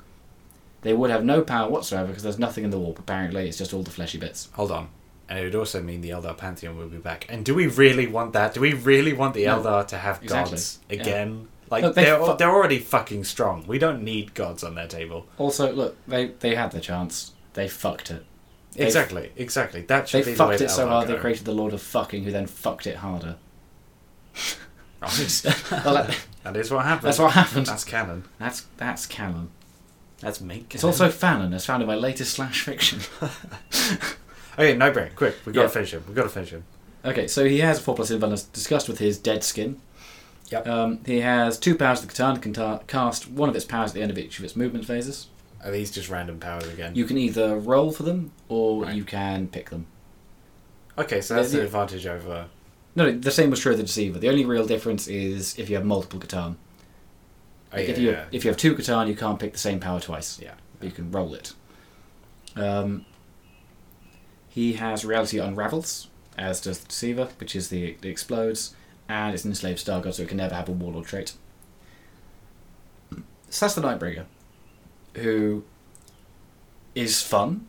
S2: they would have no power whatsoever because there's nothing in the warp. Apparently, it's just all the fleshy bits.
S1: Hold on. And it would also mean the Eldar Pantheon will be back. And do we really want that? Do we really want the
S2: No.
S1: Eldar to have
S2: Exactly.
S1: gods
S2: Yeah.
S1: again? Like
S2: No, they
S1: they are
S2: fu-
S1: they're already fucking strong. We don't need gods on their table.
S2: Also, look, they they had the chance. They fucked it. They-
S1: Exactly, exactly. That
S2: They
S1: should be the way
S2: fucked it
S1: that
S2: so
S1: I'll
S2: hard
S1: go.
S2: they created the Lord of Fucking, who then fucked it harder.
S1: Right.
S2: Well, that-
S1: that is what happened.
S2: that's what happened.
S1: That's canon.
S2: That's that's canon.
S1: That's make.
S2: It's also fanon, as found in my latest slash fiction.
S1: okay. No brain. Quick, we gotta
S2: Yeah.
S1: finish him. We gotta finish him.
S2: Okay, so he has a four plus invulnerable discussed with his dead skin.
S1: Yep.
S2: Um, he has two powers of the Catan. Can ta- cast one of its powers at the end of each of its movement phases.
S1: Are these just random powers again?
S2: You can either roll for them or
S1: Right.
S2: you can pick them.
S1: okay, so
S2: Yeah,
S1: that's
S2: yeah.
S1: the advantage over.
S2: No, no, the same was true of the Deceiver. The only real difference is if you have multiple Catan.
S1: Oh,
S2: Like,
S1: yeah,
S2: if you
S1: yeah.
S2: if you have two Catan, you can't pick the same power twice.
S1: Yeah.
S2: But you can roll it. Um, he has reality unravels, as does the Deceiver, which is the it explodes, and it's an enslaved star god, so it can never have a warlord trait. So that's the Nightbringer, who is fun.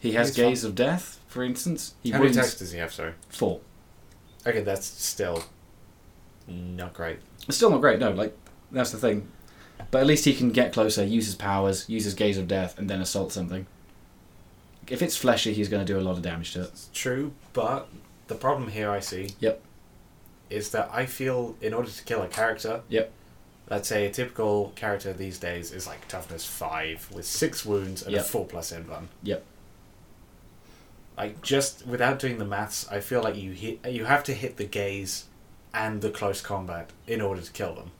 S2: He has
S1: He's
S2: gaze of death, for instance. He
S1: How many
S2: wins
S1: attacks does he have? Sorry.
S2: four.
S1: Okay, that's still not great.
S2: It's still not great, no. Like that's the thing. But at least he can get closer, use his powers, use his gaze of death, and then assault something. If it's fleshy, he's going to do a lot of damage to it.
S1: It's true, but the problem here I see.
S2: Yep.
S1: Is that I feel in order to kill a character.
S2: Yep.
S1: Let's say a typical character these days is like toughness five with six wounds and
S2: Yep.
S1: a four plus in one.
S2: Yep.
S1: Like just without doing the maths, I feel like you hit you have to hit the gaze and the close combat in order to kill them.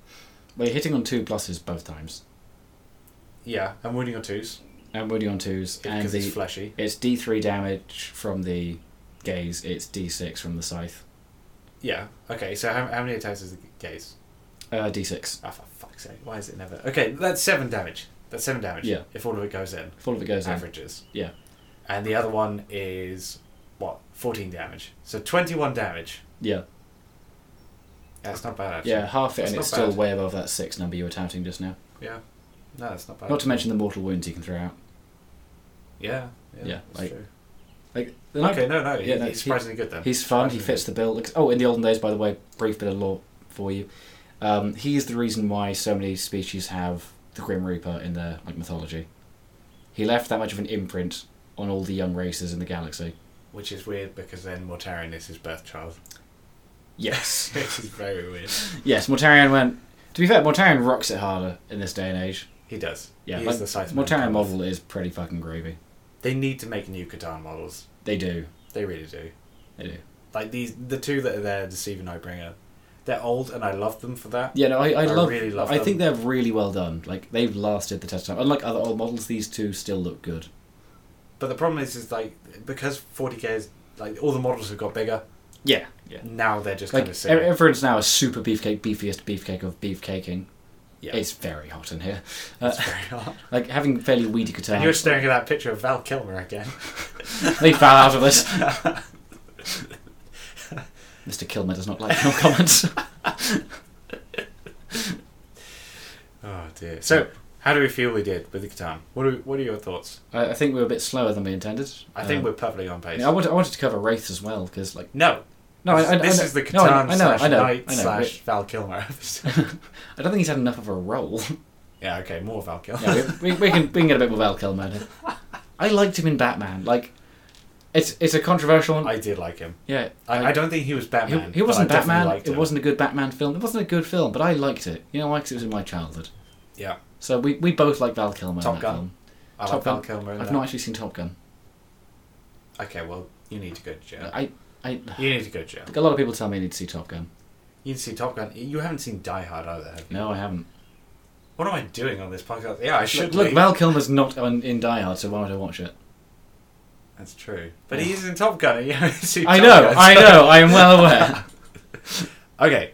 S2: Well, you're hitting on two pluses both times,
S1: Yeah, and wounding on twos
S2: and wounding on twos, and
S1: because
S2: the
S1: it's
S2: it's,
S1: fleshy.
S2: D3 damage from the gaze, it's D6 from the scythe,
S1: Yeah. Okay. So how, how many attacks is the gaze?
S2: uh, D6.
S1: Ah, for fuck's sake! Why is it never? Okay, that's seven damage. That's seven damage.
S2: Yeah.
S1: If all of it goes in,
S2: If all of it goes in,
S1: averages.
S2: Yeah.
S1: And the other one is what? Fourteen damage. So twenty-one damage.
S2: yeah,
S1: That's not bad. Actually.
S2: yeah, half it,
S1: That's
S2: and
S1: not
S2: it's still
S1: bad.
S2: way above that six number you were touting just now.
S1: Yeah. No, that's not bad.
S2: Not to mention the mortal wounds you can throw out.
S1: Yeah.
S2: Yeah,
S1: that's
S2: like-
S1: true.
S2: Like the Night-
S1: Okay. No. No.
S2: Yeah,
S1: he-
S2: no,
S1: he's
S2: he-
S1: surprisingly good then.
S2: He's fun. He fits the bill. Looks- Oh, in the olden days, by the way, brief bit of lore for you. Um, he is the reason why so many species have the Grim Reaper in their like mythology. He left that much of an imprint on all the young races in the galaxy.
S1: Which is weird because then Mortarion is his birth child.
S2: Yes.
S1: Which is very weird.
S2: yes. Mortarion went. To be fair, Mortarion rocks it harder in this day and age.
S1: He does.
S2: Yeah,
S1: He
S2: like,
S1: is the scythe man
S2: Mortarion
S1: kind of.
S2: model is pretty fucking gravy.
S1: They need to make new Catan models.
S2: They do.
S1: They really do.
S2: They do.
S1: Like these, the two that are there, Deceiver Nightbringer. They're old, and I love them for that.
S2: Yeah, no, I, I,
S1: I
S2: love,
S1: really love
S2: I think they're really well done. Like they've lasted the test of time. Unlike other old models, these two still look good.
S1: But the problem is, is like because 40k is like all the models have got bigger.
S2: Yeah. Yeah.
S1: Now they're just
S2: Like
S1: kind of
S2: ev-
S1: silly.
S2: everyone's now a super beefcake, beefiest beefcake of beefcaking.
S1: Yeah.
S2: It's very hot in here. Uh,
S1: It's very hard.
S2: like having fairly weedy
S1: And you're
S2: guitar.
S1: staring at that picture of Val Kilmer again.
S2: they fell out of this. Mr. Kilmer does not like your comments.
S1: Oh dear. So, how do we feel we did with the Catan? What are, what are your thoughts?
S2: I, I think we were a bit slower than we intended.
S1: I think
S2: Um,
S1: we're perfectly on pace.
S2: I, mean, I wanted, I wanted to cover wraiths as well because, like,
S1: no,
S2: no, I, I,
S1: this
S2: I know,
S1: is the Catan
S2: no, I, I know,
S1: slash
S2: I know,
S1: Knight
S2: I know.
S1: slash Val Kilmer episode.
S2: I don't think he's had enough of a role.
S1: yeah, okay, more Val Kilmer.
S2: yeah, we, we, we can we can get a bit more Val Kilmer. in here. I liked him in Batman. Like, it's it's a controversial one.
S1: I did like him.
S2: yeah,
S1: I, I don't think he was
S2: He,
S1: Batman.
S2: he
S1: but
S2: wasn't
S1: I definitely
S2: Batman.
S1: liked
S2: It
S1: him.
S2: wasn't a good Batman film. It wasn't a good film, but I liked it. You know why? 'Cause it was in my childhood.
S1: Yeah,
S2: So we, we both like Val Kilmer. in
S1: Top
S2: that
S1: Gun.
S2: Film.
S1: I
S2: Top
S1: like Val
S2: Gun.
S1: Kilmer. In
S2: I've
S1: that.
S2: not actually seen Top Gun.
S1: Okay, well, you need to go to jail.
S2: I, I
S1: You need to go to jail.
S2: a lot of people tell me I need to see Top Gun.
S1: You need to see Top Gun. You haven't seen Die Hard either. Have you?
S2: No, I haven't.
S1: What am I doing on this podcast? Yeah, I should
S2: Look, look,
S1: be.
S2: Val Kilmer's not on, in Die Hard, so why would I watch it?
S1: That's true. But he is in Top Gun. And you haven't seen
S2: I
S1: Top
S2: know,
S1: Gun,
S2: I
S1: so-
S2: know, I am well aware.
S1: Okay.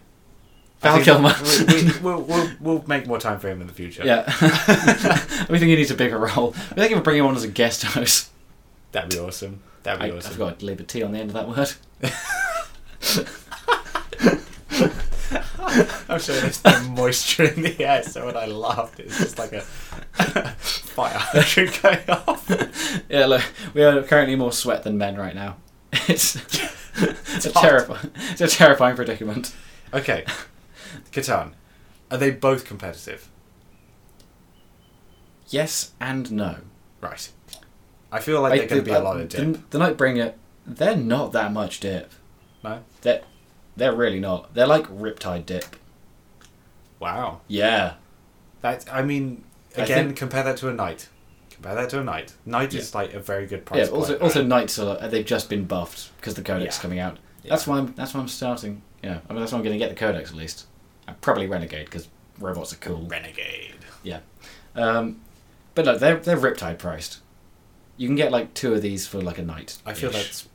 S2: Val
S1: I think
S2: Kilmer.
S1: We, we, we'll, we'll, we'll make more time for him in the future.
S2: yeah, we think he needs a bigger role. We think if we bring him on as a guest host.
S1: That'd be awesome. That'd
S2: I,
S1: be
S2: I
S1: awesome.
S2: forgot to leave a T on the end of that word.
S1: I'm sure there's no moisture in the air, so when I laughed, it's just like a fire hydrant going off.
S2: Yeah, look, we are currently more sweat than men right now. It's, it's, a
S1: hot.
S2: terrifying, it's a terrifying predicament.
S1: Okay. Catan. Are they both competitive?
S2: Yes and no.
S1: Right. I feel like
S2: I-
S1: they're going to be a
S2: uh,
S1: lot of dip.
S2: The, the Nightbringer, they're not that much dip.
S1: No?
S2: They're, they're really not. They're like Riptide dip.
S1: Wow.
S2: Yeah.
S1: That I mean,
S2: I
S1: again,
S2: think-
S1: compare that to a knight. Compare that to a knight. Knight is like a very good price.
S2: yeah. Also,
S1: point,
S2: also
S1: right?
S2: Knights are they've just been buffed because the Codex is
S1: Yeah.
S2: coming out.
S1: Yeah.
S2: That's why I'm that's why I'm starting. You know, I mean that's why I'm going to get the Codex at least. and probably Renegade because robots are cool.
S1: Renegade.
S2: Um, but no, they're they're Riptide priced. You can get like two of these for like a night.
S1: I feel that's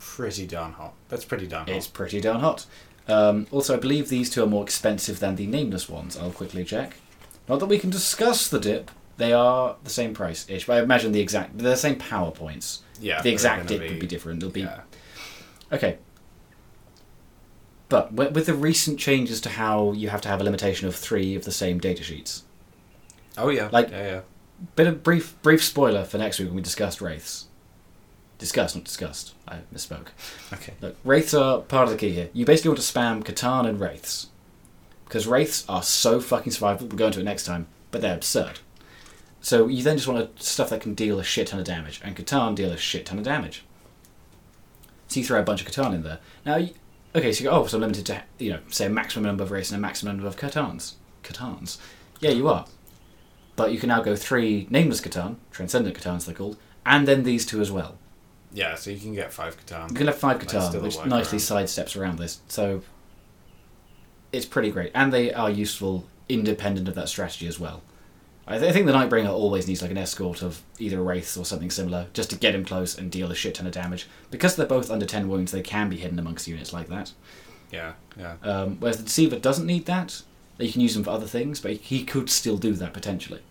S1: pretty darn hot. That's pretty darn hot.
S2: it's pretty darn hot. Um, also, I believe these two are more expensive than the nameless ones. I'll quickly check. Not that we can discuss the dip. They are the same price ish, but I imagine the exact they're the same power points.
S1: yeah,
S2: the
S1: they're
S2: exact
S1: gonna
S2: dip would be different. It'll be
S1: yeah.
S2: Okay. But wi- with the recent changes to how you have to have a limitation of three of the same data sheets.
S1: Oh yeah,
S2: like-
S1: yeah, yeah.
S2: Bit of brief brief spoiler for next week when we discuss wraiths. Discuss, not discussed. I misspoke.
S1: Okay.
S2: Look, wraiths are part of the key here. You basically want to spam Catan and wraiths. Because wraiths are so fucking survivable, we'll go into it next time, but they're absurd. So you then just want to stuff that can deal a shit ton of damage, and Catan deal a shit ton of damage. So you throw a bunch of Catan in there. Now, you, okay, so you go, oh, so I'm limited to, you know, say a maximum number of wraiths and a maximum number of Catans. Catans. Yeah, you are. But you can now go three Nameless Catan, Transcendent Catans they're called, and then these two as well.
S1: Yeah, so you can get five Catan.
S2: You can have five
S1: That's
S2: guitar,
S1: still a
S2: which
S1: wide
S2: nicely
S1: variety.
S2: sidesteps around this. So it's pretty great, and they are useful independent of that strategy as well. I, th- I think the Nightbringer always needs like an escort of either wraiths or something similar, just to get him close and deal a shit ton of damage. Because they're both under ten wounds, they can be hidden amongst units like that.
S1: Yeah, yeah.
S2: Um, whereas the Deceiver doesn't need that. You can use him for other things, but he could still do that potentially.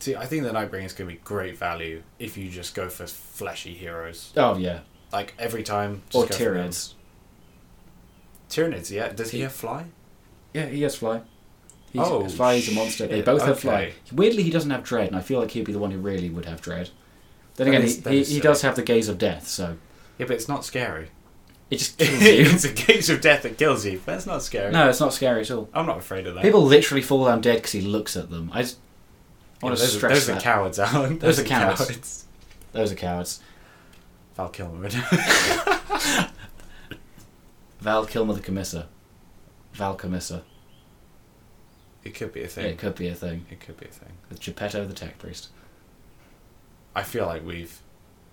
S1: See, I think the Nightbringer is going to be great value if you just go for fleshy heroes.
S2: Oh yeah,
S1: Like every time. just
S2: or
S1: go for them.
S2: Tyrians.
S1: Tyranids, yeah. Does he
S2: He-
S1: have fly?
S2: Yeah, he has fly. He's,
S1: Oh,
S2: fly is a monster. They
S1: shit,
S2: both have fly.
S1: okay.
S2: Weirdly, he doesn't have dread, and I feel like he'd be the one who really would have dread. Then
S1: That
S2: again,
S1: is- that
S2: he,
S1: is
S2: he, he does have the gaze of death, so
S1: Yeah, but it's not scary.
S2: it just kills
S1: it's
S2: you.
S1: a case of death that kills you. That's not scary.
S2: no, it's not scary at all.
S1: I'm not afraid of that.
S2: People literally fall down dead because he looks at them. I, just, I
S1: Yeah,
S2: want to
S1: those, are,
S2: stress
S1: those are
S2: that.
S1: cowards, Alan.
S2: Those are cowards. those are cowards.
S1: Val Kilmer.
S2: Val Kilmer the Commissar. Val Commissar.
S1: it could be a thing.
S2: It could be a thing.
S1: It could be a thing.
S2: With Geppetto the Tech Priest.
S1: I feel like we've.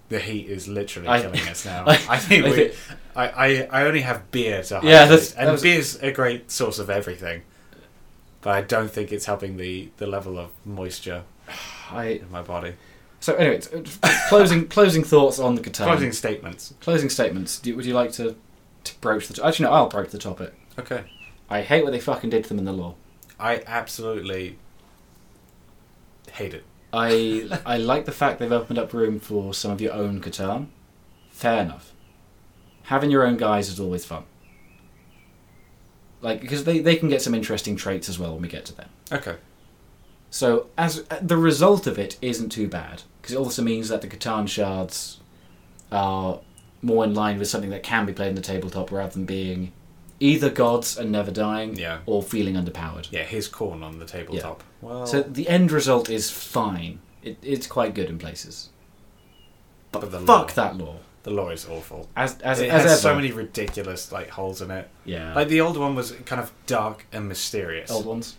S1: The heat is literally
S2: I-
S1: killing us now. I,
S2: I-
S1: think
S2: I
S1: we.
S2: think-
S1: I, I, I only have beer to hydrate.
S2: Yeah, that's-
S1: and
S2: that was-
S1: beer's a great source of everything. But I don't think it's helping the, the level of moisture
S2: I,
S1: in my body.
S2: so anyway, t- closing closing thoughts on the guitar.
S1: Closing statements.
S2: Closing statements. Do, would you like to, to broach the? To- Actually, no. I'll broach the topic.
S1: Okay.
S2: I hate what they fucking did to them in the law.
S1: I absolutely hate it.
S2: I I like the fact they've opened up room for some of your own Catan. Fair enough. Having your own guys is always fun. Like because they, they can get some interesting traits as well when we get to them.
S1: Okay.
S2: So as uh, the result of it isn't too bad because it also means that the Catan shards are more in line with something that can be played in the tabletop rather than being either gods and never dying
S1: Yeah.
S2: or feeling underpowered.
S1: Yeah, here's corn on the tabletop. Well,
S2: So the end result is fine. It, it's quite good in places. But,
S1: But the
S2: fuck
S1: law.
S2: that law.
S1: the law is awful.
S2: As as,
S1: Mm. it
S2: as
S1: has
S2: ever.
S1: so many ridiculous like holes in it.
S2: yeah.
S1: Like the old one was kind of dark and mysterious.
S2: old ones.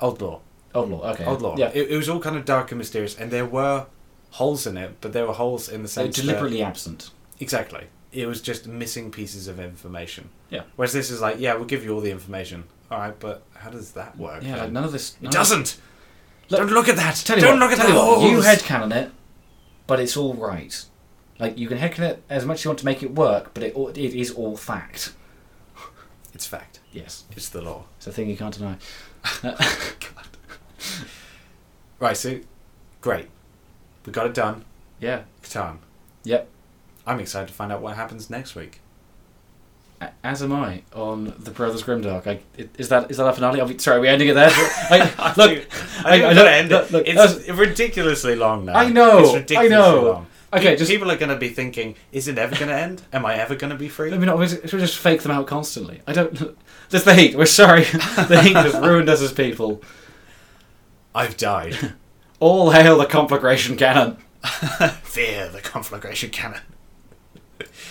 S1: old law.
S2: Old law. Okay.
S1: Old law.
S2: Yeah.
S1: It, it was all kind of dark and mysterious, and there were holes in it, but there were holes in the
S2: so
S1: sense that-
S2: deliberately absent.
S1: exactly. It was just missing pieces of information.
S2: Yeah.
S1: Whereas this is like, yeah, we'll give you all the information. All right, but how does that work?
S2: Yeah. Like
S1: then?
S2: none of this. none
S1: it
S2: of-
S1: doesn't.
S2: Look-
S1: Don't look at that.
S2: Tell you
S1: Don't
S2: what,
S1: look at
S2: tell
S1: the
S2: you what,
S1: holes.
S2: You headcanon it, but it's all right. Like you can headcanon it as much as you want to make it work, but it all, it is all fact.
S1: It's fact.
S2: Yes.
S1: It's the law.
S2: It's a thing you can't deny.
S1: Right. So, great. We got it done.
S2: Yeah.
S1: Catan.
S2: Yep.
S1: I'm excited to find out what happens next week.
S2: A- As am I on the Brothers Grimdark. I, i- is that is that a finale? Are we, sorry, are we ending it there? I, look,
S1: I, think
S2: I-
S1: we've
S2: I
S1: got
S2: don't-
S1: to end
S2: look-
S1: it.
S2: look,
S1: it's ridiculously long now.
S2: I know,
S1: It's
S2: I
S1: ridiculously
S2: know.
S1: long.
S2: Okay,
S1: Pe-
S2: just-
S1: people are going to be thinking, "Is it ever going to end? Am I ever going to be free?"
S2: I mean, obviously, should we just fake them out constantly? I don't. There's the heat. We're sorry. the heat has ruined us as people.
S1: I've died.
S2: All hail the conflagration cannon.
S1: Fear the conflagration cannon.